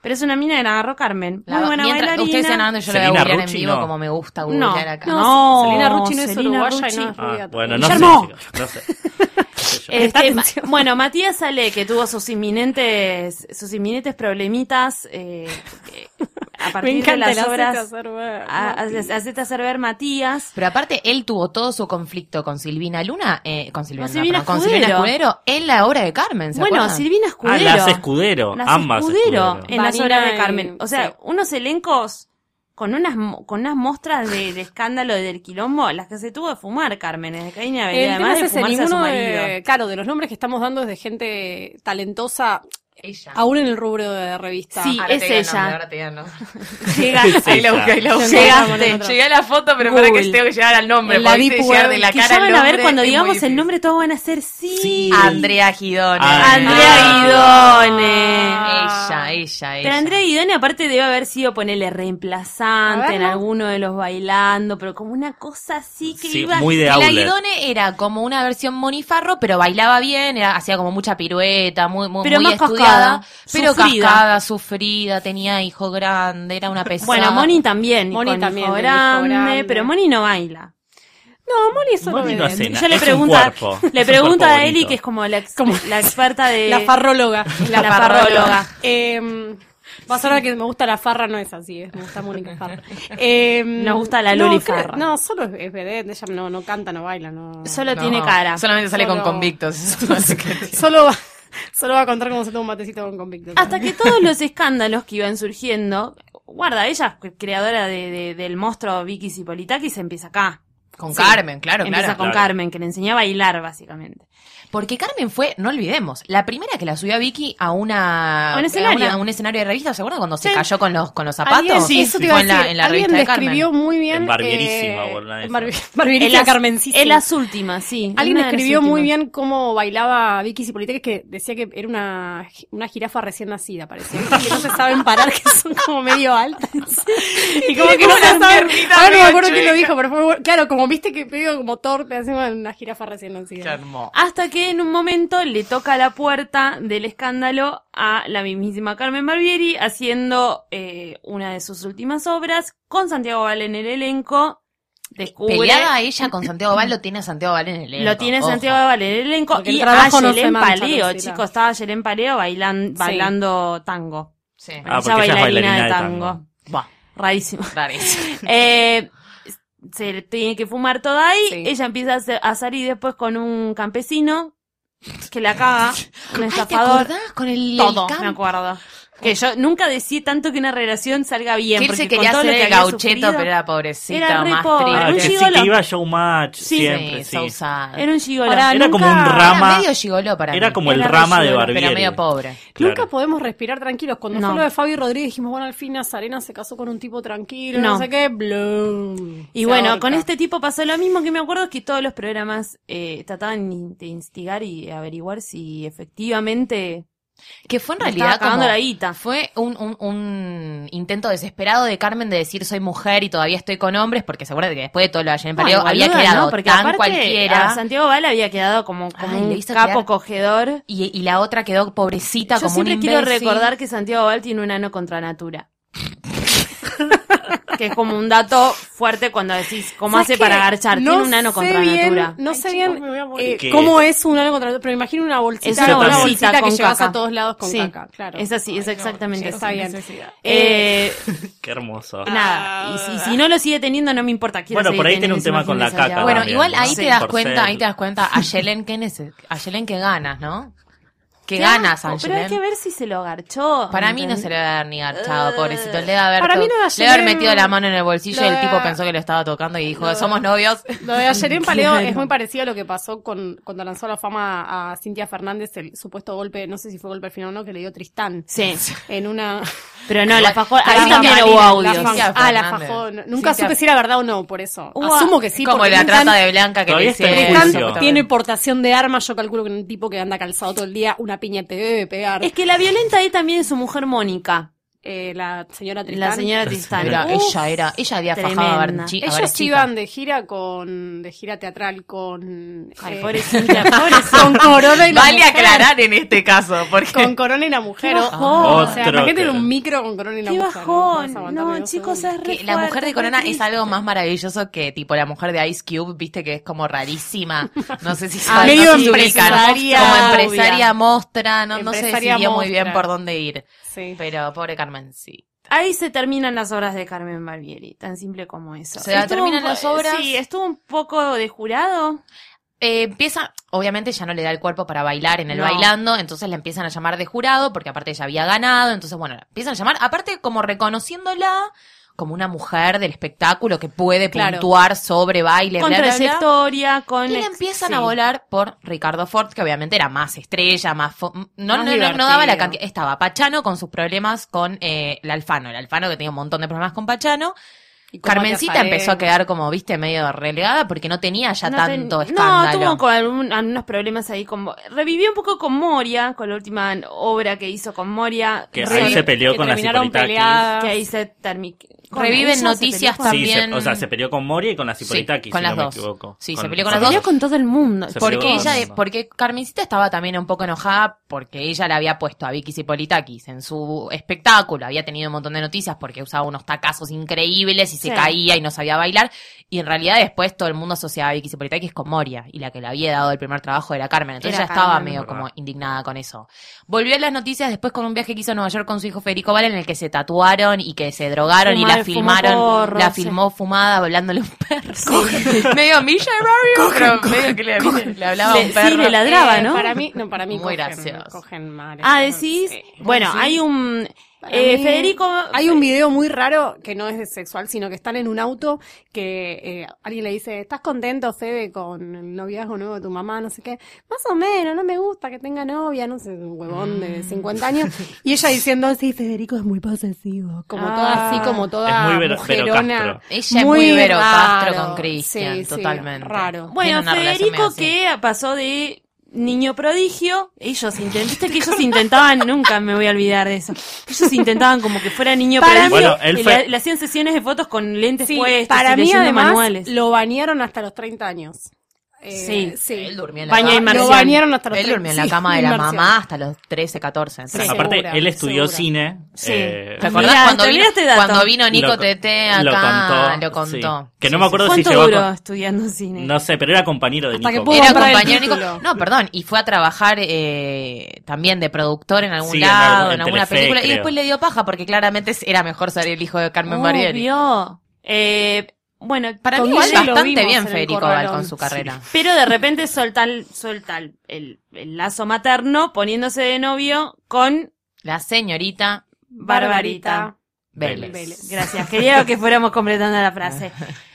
Speaker 3: Pero es una mina que la agarró Carmen. Muy
Speaker 4: La-
Speaker 3: buena
Speaker 4: mientras ustedes están
Speaker 3: bailarina.
Speaker 4: hablando, yo la voy a
Speaker 6: Selena
Speaker 4: googlear en
Speaker 6: Rucci,
Speaker 4: vivo
Speaker 6: no.
Speaker 4: como me gusta
Speaker 3: No,
Speaker 4: googlear acá.
Speaker 3: no,
Speaker 5: Selena Rucci no es uruguaya y no es
Speaker 3: Rucci.
Speaker 6: Ah,
Speaker 5: rubia.
Speaker 6: bueno, no sé,
Speaker 5: Guillermo.
Speaker 6: chicos, no sé. Qué sé yo. Ah,
Speaker 3: Este,
Speaker 5: Presta atención.
Speaker 3: ma- (laughs) bueno, Matías Ale, que tuvo sus inminentes, sus inminentes problemitas eh, eh, a
Speaker 5: (laughs) Me
Speaker 3: partir de
Speaker 5: encanta
Speaker 3: las
Speaker 5: la
Speaker 3: obras.
Speaker 5: hacer ver.
Speaker 3: a- a- Hacete hacer ver Matías.
Speaker 4: Pero aparte, él tuvo todo su conflicto con Silvina Luna, eh, con Silvina,
Speaker 3: Con
Speaker 4: Luna,
Speaker 3: Silvina
Speaker 4: perdón, con Silvina
Speaker 3: Escudero.
Speaker 4: Escudero en la obra de Carmen. ¿se
Speaker 3: Bueno,
Speaker 4: acuerdan?
Speaker 3: Silvina Escudero.
Speaker 6: Ah, las escudero,
Speaker 3: Las
Speaker 6: ambas
Speaker 3: Escudero,
Speaker 6: escudero.
Speaker 3: en las
Speaker 5: Vanina
Speaker 3: obras de
Speaker 5: y-
Speaker 3: Carmen. O sea,
Speaker 5: sí.
Speaker 3: unos elencos con unas mo- con unas muestras de, de escándalo del quilombo, las que se tuvo de fumar Carmen, desde que Avenida,
Speaker 5: El tema
Speaker 3: además
Speaker 5: es
Speaker 3: de
Speaker 5: ese,
Speaker 3: fumarse a su
Speaker 5: ninguno
Speaker 3: marido.
Speaker 5: de, (laughs) claro, de los nombres que estamos dando es de gente talentosa,
Speaker 4: Ella.
Speaker 5: aún en el rubro de revista.
Speaker 3: Sí.
Speaker 4: Ahora
Speaker 3: es
Speaker 4: te digo el
Speaker 3: ella.
Speaker 4: nombre, ahora te digo el nombre.
Speaker 3: Llega-
Speaker 6: Es
Speaker 4: Ahí la
Speaker 6: ella.
Speaker 4: busqué, ahí la busqué.
Speaker 3: Llegaste.
Speaker 4: Llegué a la foto, pero para que
Speaker 5: Google.
Speaker 4: tengo que llegar al nombre.
Speaker 5: En la
Speaker 4: porque
Speaker 5: Deep
Speaker 4: viste, llegar de
Speaker 5: Web.
Speaker 4: la
Speaker 3: que
Speaker 4: cara
Speaker 3: ya
Speaker 4: al
Speaker 3: van a ver
Speaker 4: nombre
Speaker 3: cuando
Speaker 4: es muy
Speaker 3: digamos el
Speaker 4: difícil.
Speaker 3: nombre, todos van a ser sí.
Speaker 6: Sí.
Speaker 4: Andrea Gidone.
Speaker 6: Ah,
Speaker 3: Andrea Guidone.
Speaker 5: Ah.
Speaker 4: Ella, ella, ella.
Speaker 3: Pero Andrea Guidone aparte debe haber sido ponerle reemplazante
Speaker 5: A ver,
Speaker 3: en
Speaker 5: ¿no?
Speaker 3: alguno de los bailando, pero como una cosa así que
Speaker 6: Sí,
Speaker 3: iba
Speaker 6: muy de
Speaker 4: la
Speaker 6: outlet.
Speaker 4: Guidone era como una versión monifarro, pero bailaba bien, era- hacía como mucha pirueta, muy, muy,
Speaker 3: Pero
Speaker 4: muy
Speaker 3: más
Speaker 4: estudiada,
Speaker 3: cascada,
Speaker 4: pero
Speaker 3: sufrida.
Speaker 4: cascada, sufrida, tenía hijo grande, era una pesada.
Speaker 3: Bueno, Moni también,
Speaker 5: Moni
Speaker 3: Moni
Speaker 5: también,
Speaker 3: también,
Speaker 5: el hijo
Speaker 3: grande,
Speaker 5: grande.
Speaker 3: pero Moni no baila.
Speaker 5: No, Moni solo
Speaker 6: Moni no
Speaker 5: bebe.
Speaker 6: hace nada.
Speaker 3: Yo le
Speaker 6: es un
Speaker 3: pregunto, a-
Speaker 6: cuerpo,
Speaker 3: (laughs) le
Speaker 6: es un
Speaker 3: pregunto
Speaker 6: cuerpo
Speaker 3: a Eli,
Speaker 6: bonito.
Speaker 3: que es como la, ex-
Speaker 5: Como-
Speaker 3: la experta de
Speaker 5: (laughs) La farróloga.
Speaker 3: la farróloga. Em,
Speaker 5: Eh, vas a ver que me gusta la farra, no es así, eh, me gusta Mónica
Speaker 3: (laughs)
Speaker 5: Farra. Eh,
Speaker 3: Nos gusta la
Speaker 5: no,
Speaker 3: Loli
Speaker 5: creo-
Speaker 3: Farra.
Speaker 5: No, solo es, es vedette, ella no, no canta, no baila, no.
Speaker 3: Solo
Speaker 4: No,
Speaker 3: tiene cara.
Speaker 4: Solamente sale
Speaker 5: Solo-
Speaker 4: con convictos. (laughs) eso es lo que tiene.
Speaker 5: Solo va, (laughs) solo va a contar cómo se toma un matecito con convicto.
Speaker 3: Hasta que todos los escándalos que iban surgiendo, guarda, ella es creadora de- de- del monstruo Vicky Zipolitakis, empieza acá.
Speaker 4: con
Speaker 3: Sí.
Speaker 4: Carmen, claro,
Speaker 3: empieza
Speaker 4: claro.
Speaker 3: con
Speaker 6: Claro.
Speaker 3: Carmen, que le enseñó a bailar, básicamente.
Speaker 4: Porque Carmen fue, no olvidemos, la primera que la subió a Vicky a una
Speaker 3: A un escenario.
Speaker 4: una- a un escenario de revista, ¿se acuerdan cuando se
Speaker 5: Sí.
Speaker 4: cayó con los con los
Speaker 5: Alguien-
Speaker 4: zapatos?
Speaker 5: sí, eso
Speaker 4: Fue
Speaker 5: te iba a
Speaker 4: en la-
Speaker 5: decir,
Speaker 4: en la
Speaker 5: alguien
Speaker 4: revista de Carmen.
Speaker 5: describió muy bien.
Speaker 6: En Barbierísima, o alguna de
Speaker 5: en
Speaker 6: esas.
Speaker 5: Barbi- (laughs) Barbierísima,
Speaker 3: En las-
Speaker 5: Carmencísima.
Speaker 3: En las últimas, sí.
Speaker 5: Alguien
Speaker 3: Una de las
Speaker 5: escribió muy
Speaker 3: últimas.
Speaker 5: bien cómo bailaba Vicky Zipolitek, que decía que era una, una jirafa recién nacida,
Speaker 3: (laughs)
Speaker 5: parecía. Que no se saben parar, que son como medio altas. Y como que no se saben. Ahora no me acuerdo quién lo dijo, pero fue bueno. Claro, como viste que medio como torpe, así como una jirafa recién nacida.
Speaker 4: Qué hermoso.
Speaker 3: Hasta que en un momento le toca la puerta del escándalo a la mismísima Carmen Barbieri haciendo eh, una de sus últimas obras con Santiago Val en el elenco. Descubre,
Speaker 4: Peleada ella con Santiago Valdo, tiene a Santiago Val en el elenco.
Speaker 3: eh. lo tiene
Speaker 4: ojo.
Speaker 3: Santiago Val en el elenco
Speaker 5: Porque el
Speaker 3: y a
Speaker 5: trabajo no se
Speaker 3: Yelén
Speaker 5: mancha,
Speaker 3: Paleo,
Speaker 5: Lucila.
Speaker 3: chicos, estaba Yelén Paleo bailan-
Speaker 5: Sí.
Speaker 3: bailando tango.
Speaker 4: Sí.
Speaker 6: Ah,
Speaker 3: Ella
Speaker 6: porque ella es bailarina de tango.
Speaker 4: Buah,
Speaker 3: Rarísimo. (laughs)
Speaker 4: rarísimo.
Speaker 3: Eh, se le tiene que fumar toda ahí.
Speaker 5: Sí.
Speaker 3: Ella empieza a, hacer- a salir después con un campesino que la caga, un
Speaker 4: Ay, ¿Te
Speaker 3: estafador.
Speaker 4: acordás con el, el
Speaker 3: Todo,
Speaker 4: campo?
Speaker 3: me acuerdo. Que yo nunca decía tanto que una relación salga bien.
Speaker 4: Que él
Speaker 3: porque
Speaker 4: se
Speaker 3: con
Speaker 4: quería
Speaker 3: todo
Speaker 4: hacer
Speaker 3: lo que
Speaker 4: el
Speaker 3: había
Speaker 4: gaucheto,
Speaker 3: sufrido,
Speaker 4: pero era pobrecita,
Speaker 3: Era re
Speaker 4: más
Speaker 3: pobre, un
Speaker 6: Ah, que
Speaker 4: triste.
Speaker 6: sí,
Speaker 3: gigolo.
Speaker 6: que iba a showmatch
Speaker 3: Sí.
Speaker 6: siempre,
Speaker 4: Sí,
Speaker 6: sí.
Speaker 4: Sousa.
Speaker 3: Era un gigolo.
Speaker 5: Ahora,
Speaker 6: Era como un
Speaker 5: Nunca-
Speaker 4: Era
Speaker 6: rama,
Speaker 4: medio gigolo para
Speaker 6: era
Speaker 4: mí.
Speaker 6: como el
Speaker 5: Era
Speaker 6: rama de
Speaker 5: relleno, pero
Speaker 6: Barbieri.
Speaker 4: Pero medio pobre.
Speaker 6: Claro.
Speaker 5: Nunca podemos respirar tranquilos. Cuando
Speaker 3: No.
Speaker 5: fue lo de Fabio Rodríguez dijimos, bueno, al fin Nazarena se casó con un tipo tranquilo, no,
Speaker 3: No.
Speaker 5: sé qué, blum.
Speaker 3: Y
Speaker 5: Se
Speaker 3: bueno,
Speaker 5: ahorca.
Speaker 3: con este tipo pasó lo mismo que me acuerdo es que todos los programas eh, trataban de instigar y averiguar si efectivamente
Speaker 4: Que fue en
Speaker 3: le
Speaker 4: realidad
Speaker 3: estaba cagando
Speaker 4: como...
Speaker 3: la guita.
Speaker 4: Fue un, un, un intento desesperado de Carmen de decir soy mujer y todavía estoy con hombres, porque seguro que después de todo lo de ayer en Paleo
Speaker 3: Ay,
Speaker 4: había
Speaker 3: boluda,
Speaker 4: quedado
Speaker 3: ¿no? Porque
Speaker 4: tan
Speaker 3: aparte,
Speaker 4: cualquiera.
Speaker 3: a Santiago Val había quedado como, como
Speaker 4: Ay, le
Speaker 3: un
Speaker 4: hizo
Speaker 3: capo
Speaker 4: quedar-
Speaker 3: cogedor.
Speaker 4: Y, y la otra quedó pobrecita
Speaker 3: Yo
Speaker 4: como
Speaker 3: siempre
Speaker 4: un
Speaker 3: quiero
Speaker 4: imbécil.
Speaker 3: recordar que Santiago Val tiene un ano contra natura. (laughs) que es como un dato fuerte cuando decís cómo
Speaker 5: ¿Sabes
Speaker 3: hace
Speaker 5: qué?
Speaker 3: para agarchar.
Speaker 5: No
Speaker 3: tiene un ano
Speaker 5: sé
Speaker 3: contra
Speaker 5: bien-
Speaker 3: natura.
Speaker 5: No sé bien eh,
Speaker 6: ¿Qué?
Speaker 5: cómo es un ano contra natura, pero imagino una bolsita,
Speaker 3: Es
Speaker 6: una
Speaker 5: una bolsita,
Speaker 3: bolsita
Speaker 5: que
Speaker 3: con
Speaker 5: llevas
Speaker 3: caca.
Speaker 5: a todos lados con
Speaker 3: Sí.
Speaker 5: caca, claro.
Speaker 3: Es así, es exactamente
Speaker 5: está
Speaker 3: así.
Speaker 5: bien.
Speaker 3: Eh,
Speaker 6: Qué hermoso.
Speaker 3: nada, y si, si no lo sigue teniendo no me importa. quiero
Speaker 6: Bueno,
Speaker 3: seguir
Speaker 6: por ahí tiene
Speaker 3: teniendo
Speaker 6: un tema
Speaker 3: esa
Speaker 6: con la
Speaker 3: imagen de Santiago Val.
Speaker 6: caca
Speaker 4: Bueno,
Speaker 6: también,
Speaker 4: igual
Speaker 6: ¿no?
Speaker 4: ahí te
Speaker 6: Sí,
Speaker 4: das
Speaker 6: por
Speaker 4: cuenta,
Speaker 6: ser-
Speaker 4: ahí te das cuenta a Yelen que, nece- a Yelen que ganas, ¿no? Que
Speaker 3: Claro,
Speaker 4: ganas,
Speaker 3: Pero hay
Speaker 4: Angelen.
Speaker 3: que ver Eh, si se lo agarchó.
Speaker 4: ¿eh? Para mí no
Speaker 3: ¿entendés?
Speaker 4: se le debe haber ni garchado, pobrecito. Le debe haber,
Speaker 5: Para
Speaker 4: to-
Speaker 5: mí no era
Speaker 4: le debe haber
Speaker 5: Yelen.
Speaker 4: metido la mano en el bolsillo y
Speaker 5: Lo
Speaker 4: el
Speaker 5: de-
Speaker 4: tipo pensó que lo estaba tocando y dijo, somos novios.
Speaker 5: Lo de
Speaker 3: (laughs)
Speaker 5: ayer en Paleo
Speaker 3: Claro.
Speaker 5: es muy parecido a lo que pasó con cuando lanzó a la fama a Cintia Fernández el supuesto golpe, no sé si fue golpe al final o no, que le dio Tristán
Speaker 3: Sí,
Speaker 5: en
Speaker 3: (laughs)
Speaker 5: una (laughs)
Speaker 3: pero no, la fajó.
Speaker 4: Ahí
Speaker 3: Ahí
Speaker 5: la
Speaker 3: Ah, también
Speaker 5: Marina,
Speaker 3: hubo
Speaker 5: la
Speaker 3: audios.
Speaker 5: fajó.
Speaker 4: Cintia
Speaker 5: Ah, la
Speaker 4: Fernández.
Speaker 5: fajó. Nunca
Speaker 4: Cintia-
Speaker 5: supe si era verdad o no, por eso.
Speaker 3: Hubo-
Speaker 5: Asumo que sí,
Speaker 4: como
Speaker 5: porque
Speaker 4: la
Speaker 5: Tristán-
Speaker 4: trata de Blanca que le
Speaker 6: Todavía está en
Speaker 4: hicieron.
Speaker 6: juicio.
Speaker 5: Tristán tiene portación de armas, yo calculo que un tipo que anda calzado todo el día, una piña te debe pegar.
Speaker 3: Es que la violenta ahí también es su mujer Mónica.
Speaker 5: eh, la señora Tristán.
Speaker 3: La señora Tristán.
Speaker 4: Era-
Speaker 6: Uf,
Speaker 4: ella era, ella había fajado a
Speaker 3: tremenda.
Speaker 4: Berchi- a
Speaker 5: Ellos
Speaker 4: Berchita.
Speaker 5: iban de gira con, de gira teatral con,
Speaker 3: Ay,
Speaker 5: eh, (laughs)
Speaker 3: pobrecita, pobrecita.
Speaker 5: con Corona y la
Speaker 4: Vale
Speaker 5: mujer.
Speaker 4: aclarar en este caso, porque
Speaker 5: Con Corona y la mujer.
Speaker 3: Qué
Speaker 5: o-
Speaker 4: ah.
Speaker 3: bajón.
Speaker 5: O sea, la gente
Speaker 6: Otro
Speaker 5: en
Speaker 6: que-
Speaker 5: un micro con Corona y la
Speaker 3: Qué
Speaker 5: mujer. No,
Speaker 3: bajón.
Speaker 5: Vas a
Speaker 3: No,
Speaker 5: aguantarme, vas a
Speaker 3: chicos,
Speaker 5: aguantarme.
Speaker 3: es re
Speaker 4: que la mujer
Speaker 3: fuerte,
Speaker 4: de Corona
Speaker 3: re
Speaker 4: es algo más maravilloso que tipo la mujer de Ice Cube, viste que es como rarísima. No sé si
Speaker 3: Ah,
Speaker 4: saben,
Speaker 5: medio
Speaker 4: no se ubican.
Speaker 3: empresaria
Speaker 4: como
Speaker 3: obvia.
Speaker 4: empresaria mostra, no, no se
Speaker 5: Empresaria
Speaker 4: decidió muy bien
Speaker 5: mostra.
Speaker 4: por dónde ir.
Speaker 5: Sí.
Speaker 4: Pero pobre Carmen, sí.
Speaker 3: Ahí se terminan las obras de Carmen Barbieri, tan simple como eso.
Speaker 4: Se terminan
Speaker 3: un po-
Speaker 4: las obras.
Speaker 3: Sí, estuvo un poco de jurado.
Speaker 4: Eh, empieza, obviamente ya no le da el cuerpo para bailar en el
Speaker 3: No.
Speaker 4: bailando, entonces la empiezan a llamar de jurado, porque aparte ella había ganado, entonces bueno, la empiezan a llamar, aparte como reconociéndola como una mujer del espectáculo que puede
Speaker 5: Claro.
Speaker 4: puntuar sobre baile,
Speaker 3: con
Speaker 4: bla, bla, bla.
Speaker 3: trayectoria, con...
Speaker 4: Y le
Speaker 3: ex-
Speaker 4: empiezan
Speaker 3: sí.
Speaker 4: a volar por Ricardo Ford, que obviamente era más estrella, más... fo- No, no,
Speaker 5: Más
Speaker 4: no, no
Speaker 5: divertido.
Speaker 4: daba la cantidad. Estaba Pachano con sus problemas con eh, el Alfano. El Alfano que tenía un montón de problemas con Pachano.
Speaker 5: Y con
Speaker 4: Carmencita
Speaker 5: Matías
Speaker 4: empezó a
Speaker 5: Arena.
Speaker 4: quedar como, viste, medio relegada porque no tenía ya
Speaker 3: No ten-
Speaker 4: tanto
Speaker 3: No,
Speaker 4: escándalo.
Speaker 3: tuvo con algún- algunos problemas ahí con... Revivió un poco con Moria, con la última obra que hizo con Moria.
Speaker 6: Que
Speaker 3: Revi-
Speaker 6: ahí se peleó
Speaker 5: que
Speaker 6: con la
Speaker 5: terminaron
Speaker 6: Cipolitakis.
Speaker 5: peleadas.
Speaker 3: que ahí se termi- con
Speaker 4: Reviven
Speaker 3: ella se peleó
Speaker 4: noticias
Speaker 3: con-
Speaker 6: Sí, se-
Speaker 4: También-
Speaker 6: o sea, se peleó con Moria y con la
Speaker 4: Sí,
Speaker 6: Cipolitakis,
Speaker 4: con
Speaker 6: si
Speaker 4: las
Speaker 6: no me
Speaker 4: dos.
Speaker 6: equivoco.
Speaker 4: Sí, se peleó con
Speaker 3: Se
Speaker 4: las dos.
Speaker 3: peleó con todo el mundo.
Speaker 6: Se
Speaker 4: Porque
Speaker 6: peleó con
Speaker 4: ella,
Speaker 6: todo el
Speaker 4: de-
Speaker 6: mundo.
Speaker 4: porque Carmencita estaba también un poco enojada porque ella le había puesto a Vicky Sipolitakis en su espectáculo, había tenido un montón de noticias porque usaba unos tacazos increíbles y se
Speaker 3: Sí.
Speaker 4: caía y no sabía bailar. Y en realidad después todo el mundo asociaba a Vicky Sipolitakis con Moria y la que le había dado el primer trabajo era Carmen. Entonces
Speaker 3: Era
Speaker 4: ella estaba
Speaker 3: Carmen.
Speaker 4: medio
Speaker 6: Verdad.
Speaker 4: como indignada con eso. Volvió a las noticias después con un viaje que hizo a Nueva York con su hijo Federico Valen en el que se tatuaron y que se drogaron y
Speaker 3: Fumar-
Speaker 4: la
Speaker 3: fumó
Speaker 4: filmaron,
Speaker 3: porro,
Speaker 4: la
Speaker 3: sí.
Speaker 4: filmó fumada hablándole a un (laughs) perro. medio Misha Barrio, pero medio que le, le hablaba a
Speaker 3: Le-
Speaker 4: un
Speaker 3: sí,
Speaker 4: perro.
Speaker 3: le ladraba,
Speaker 5: Eh,
Speaker 3: ¿no?
Speaker 5: Para mí, no, para mí
Speaker 4: Muy
Speaker 5: cogen,
Speaker 4: graciosos.
Speaker 5: cogen mal.
Speaker 3: Ah, decís.
Speaker 5: Sí.
Speaker 3: Bueno,
Speaker 5: Sí.
Speaker 3: hay un.
Speaker 5: Para
Speaker 3: eh,
Speaker 5: mí-
Speaker 3: Federico. eh,
Speaker 5: Hay un video muy raro que no es de sexual, sino que están en un auto que eh, alguien le dice, ¿estás contento, Fede, con el noviazgo nuevo de tu mamá? No sé qué. Más o menos, no me gusta que tenga novia, no sé, un huevón de 50 (laughs) años. Y ella diciendo, sí, Federico es muy posesivo. Como toda
Speaker 3: Ah.
Speaker 5: así, como toda
Speaker 6: Es muy Vero- Vero
Speaker 5: mujerona.
Speaker 6: Castro.
Speaker 4: Ella es muy Vero Castro
Speaker 5: raro.
Speaker 4: con Cristian,
Speaker 5: Sí, sí,
Speaker 4: totalmente.
Speaker 5: raro.
Speaker 4: Tiene
Speaker 3: Bueno,
Speaker 4: una relación medio
Speaker 3: Federico
Speaker 4: así.
Speaker 3: que pasó de niño prodigio. Ellos intentaban. Viste que ellos intentaban. (laughs) Nunca me voy a olvidar de eso. Ellos intentaban como que fuera niño
Speaker 5: Para
Speaker 3: prodigio.
Speaker 6: mí- Bueno, él
Speaker 3: y
Speaker 6: fue-
Speaker 3: le, le hacían sesiones de fotos con lentes
Speaker 5: Sí,
Speaker 3: puestas.
Speaker 5: para
Speaker 3: y
Speaker 5: mí,
Speaker 3: leyendo
Speaker 5: además,
Speaker 3: manuales.
Speaker 5: lo bañaron hasta los 30 años.
Speaker 3: Sí.
Speaker 5: Eh, sí.
Speaker 4: Él durmió en la
Speaker 3: Baña y
Speaker 4: cama.
Speaker 3: Marcial.
Speaker 5: Lo bañaron hasta los
Speaker 4: Él
Speaker 5: 30
Speaker 4: durmió en la cama de la mamá hasta los 13, 14.
Speaker 5: Sí.
Speaker 6: Aparte,
Speaker 5: Segura,
Speaker 6: él estudió
Speaker 5: segura.
Speaker 6: cine.
Speaker 3: Sí.
Speaker 6: eh,
Speaker 4: ¿Te acordás
Speaker 3: Mirá,
Speaker 4: cuando,
Speaker 3: te
Speaker 4: vino,
Speaker 3: olvidaste dato.
Speaker 4: cuando vino Nico
Speaker 6: lo-
Speaker 4: Tete acá?
Speaker 6: lo contó,
Speaker 4: Lo contó.
Speaker 6: sí. Que no
Speaker 4: Sí,
Speaker 6: me
Speaker 4: sí,
Speaker 6: acuerdo si
Speaker 3: ¿Cuánto
Speaker 6: llegó a
Speaker 3: duró
Speaker 6: con-
Speaker 3: estudiando cine?
Speaker 6: No sé, pero era compañero de
Speaker 5: Hasta que
Speaker 6: Nico.
Speaker 5: pudo
Speaker 4: Era
Speaker 5: comprar el
Speaker 4: compañero Nico-
Speaker 5: título.
Speaker 4: No, perdón, y fue a trabajar eh, también de productor en algún
Speaker 6: Sí, en algún-
Speaker 4: lado, en,
Speaker 6: en
Speaker 4: alguna
Speaker 6: Telefe,
Speaker 4: película. Y
Speaker 6: creo.
Speaker 4: después le dio paja porque claramente era mejor ser el hijo de Carmen Barbieri.
Speaker 3: Obvio. Eh, bueno,
Speaker 4: Para
Speaker 5: Con
Speaker 4: mí igual
Speaker 5: Guille lo
Speaker 4: bastante
Speaker 5: vimos en
Speaker 4: bien
Speaker 5: el
Speaker 4: Federico Val con
Speaker 5: corralón.
Speaker 4: su carrera.
Speaker 3: Pero de repente suelta, el, suelta el, el- el lazo materno poniéndose de novio con
Speaker 4: La señorita
Speaker 3: Barbarita.
Speaker 4: Vélez.
Speaker 5: Vélez.
Speaker 3: Gracias, quería que fuéramos completando la
Speaker 6: (laughs)
Speaker 3: frase.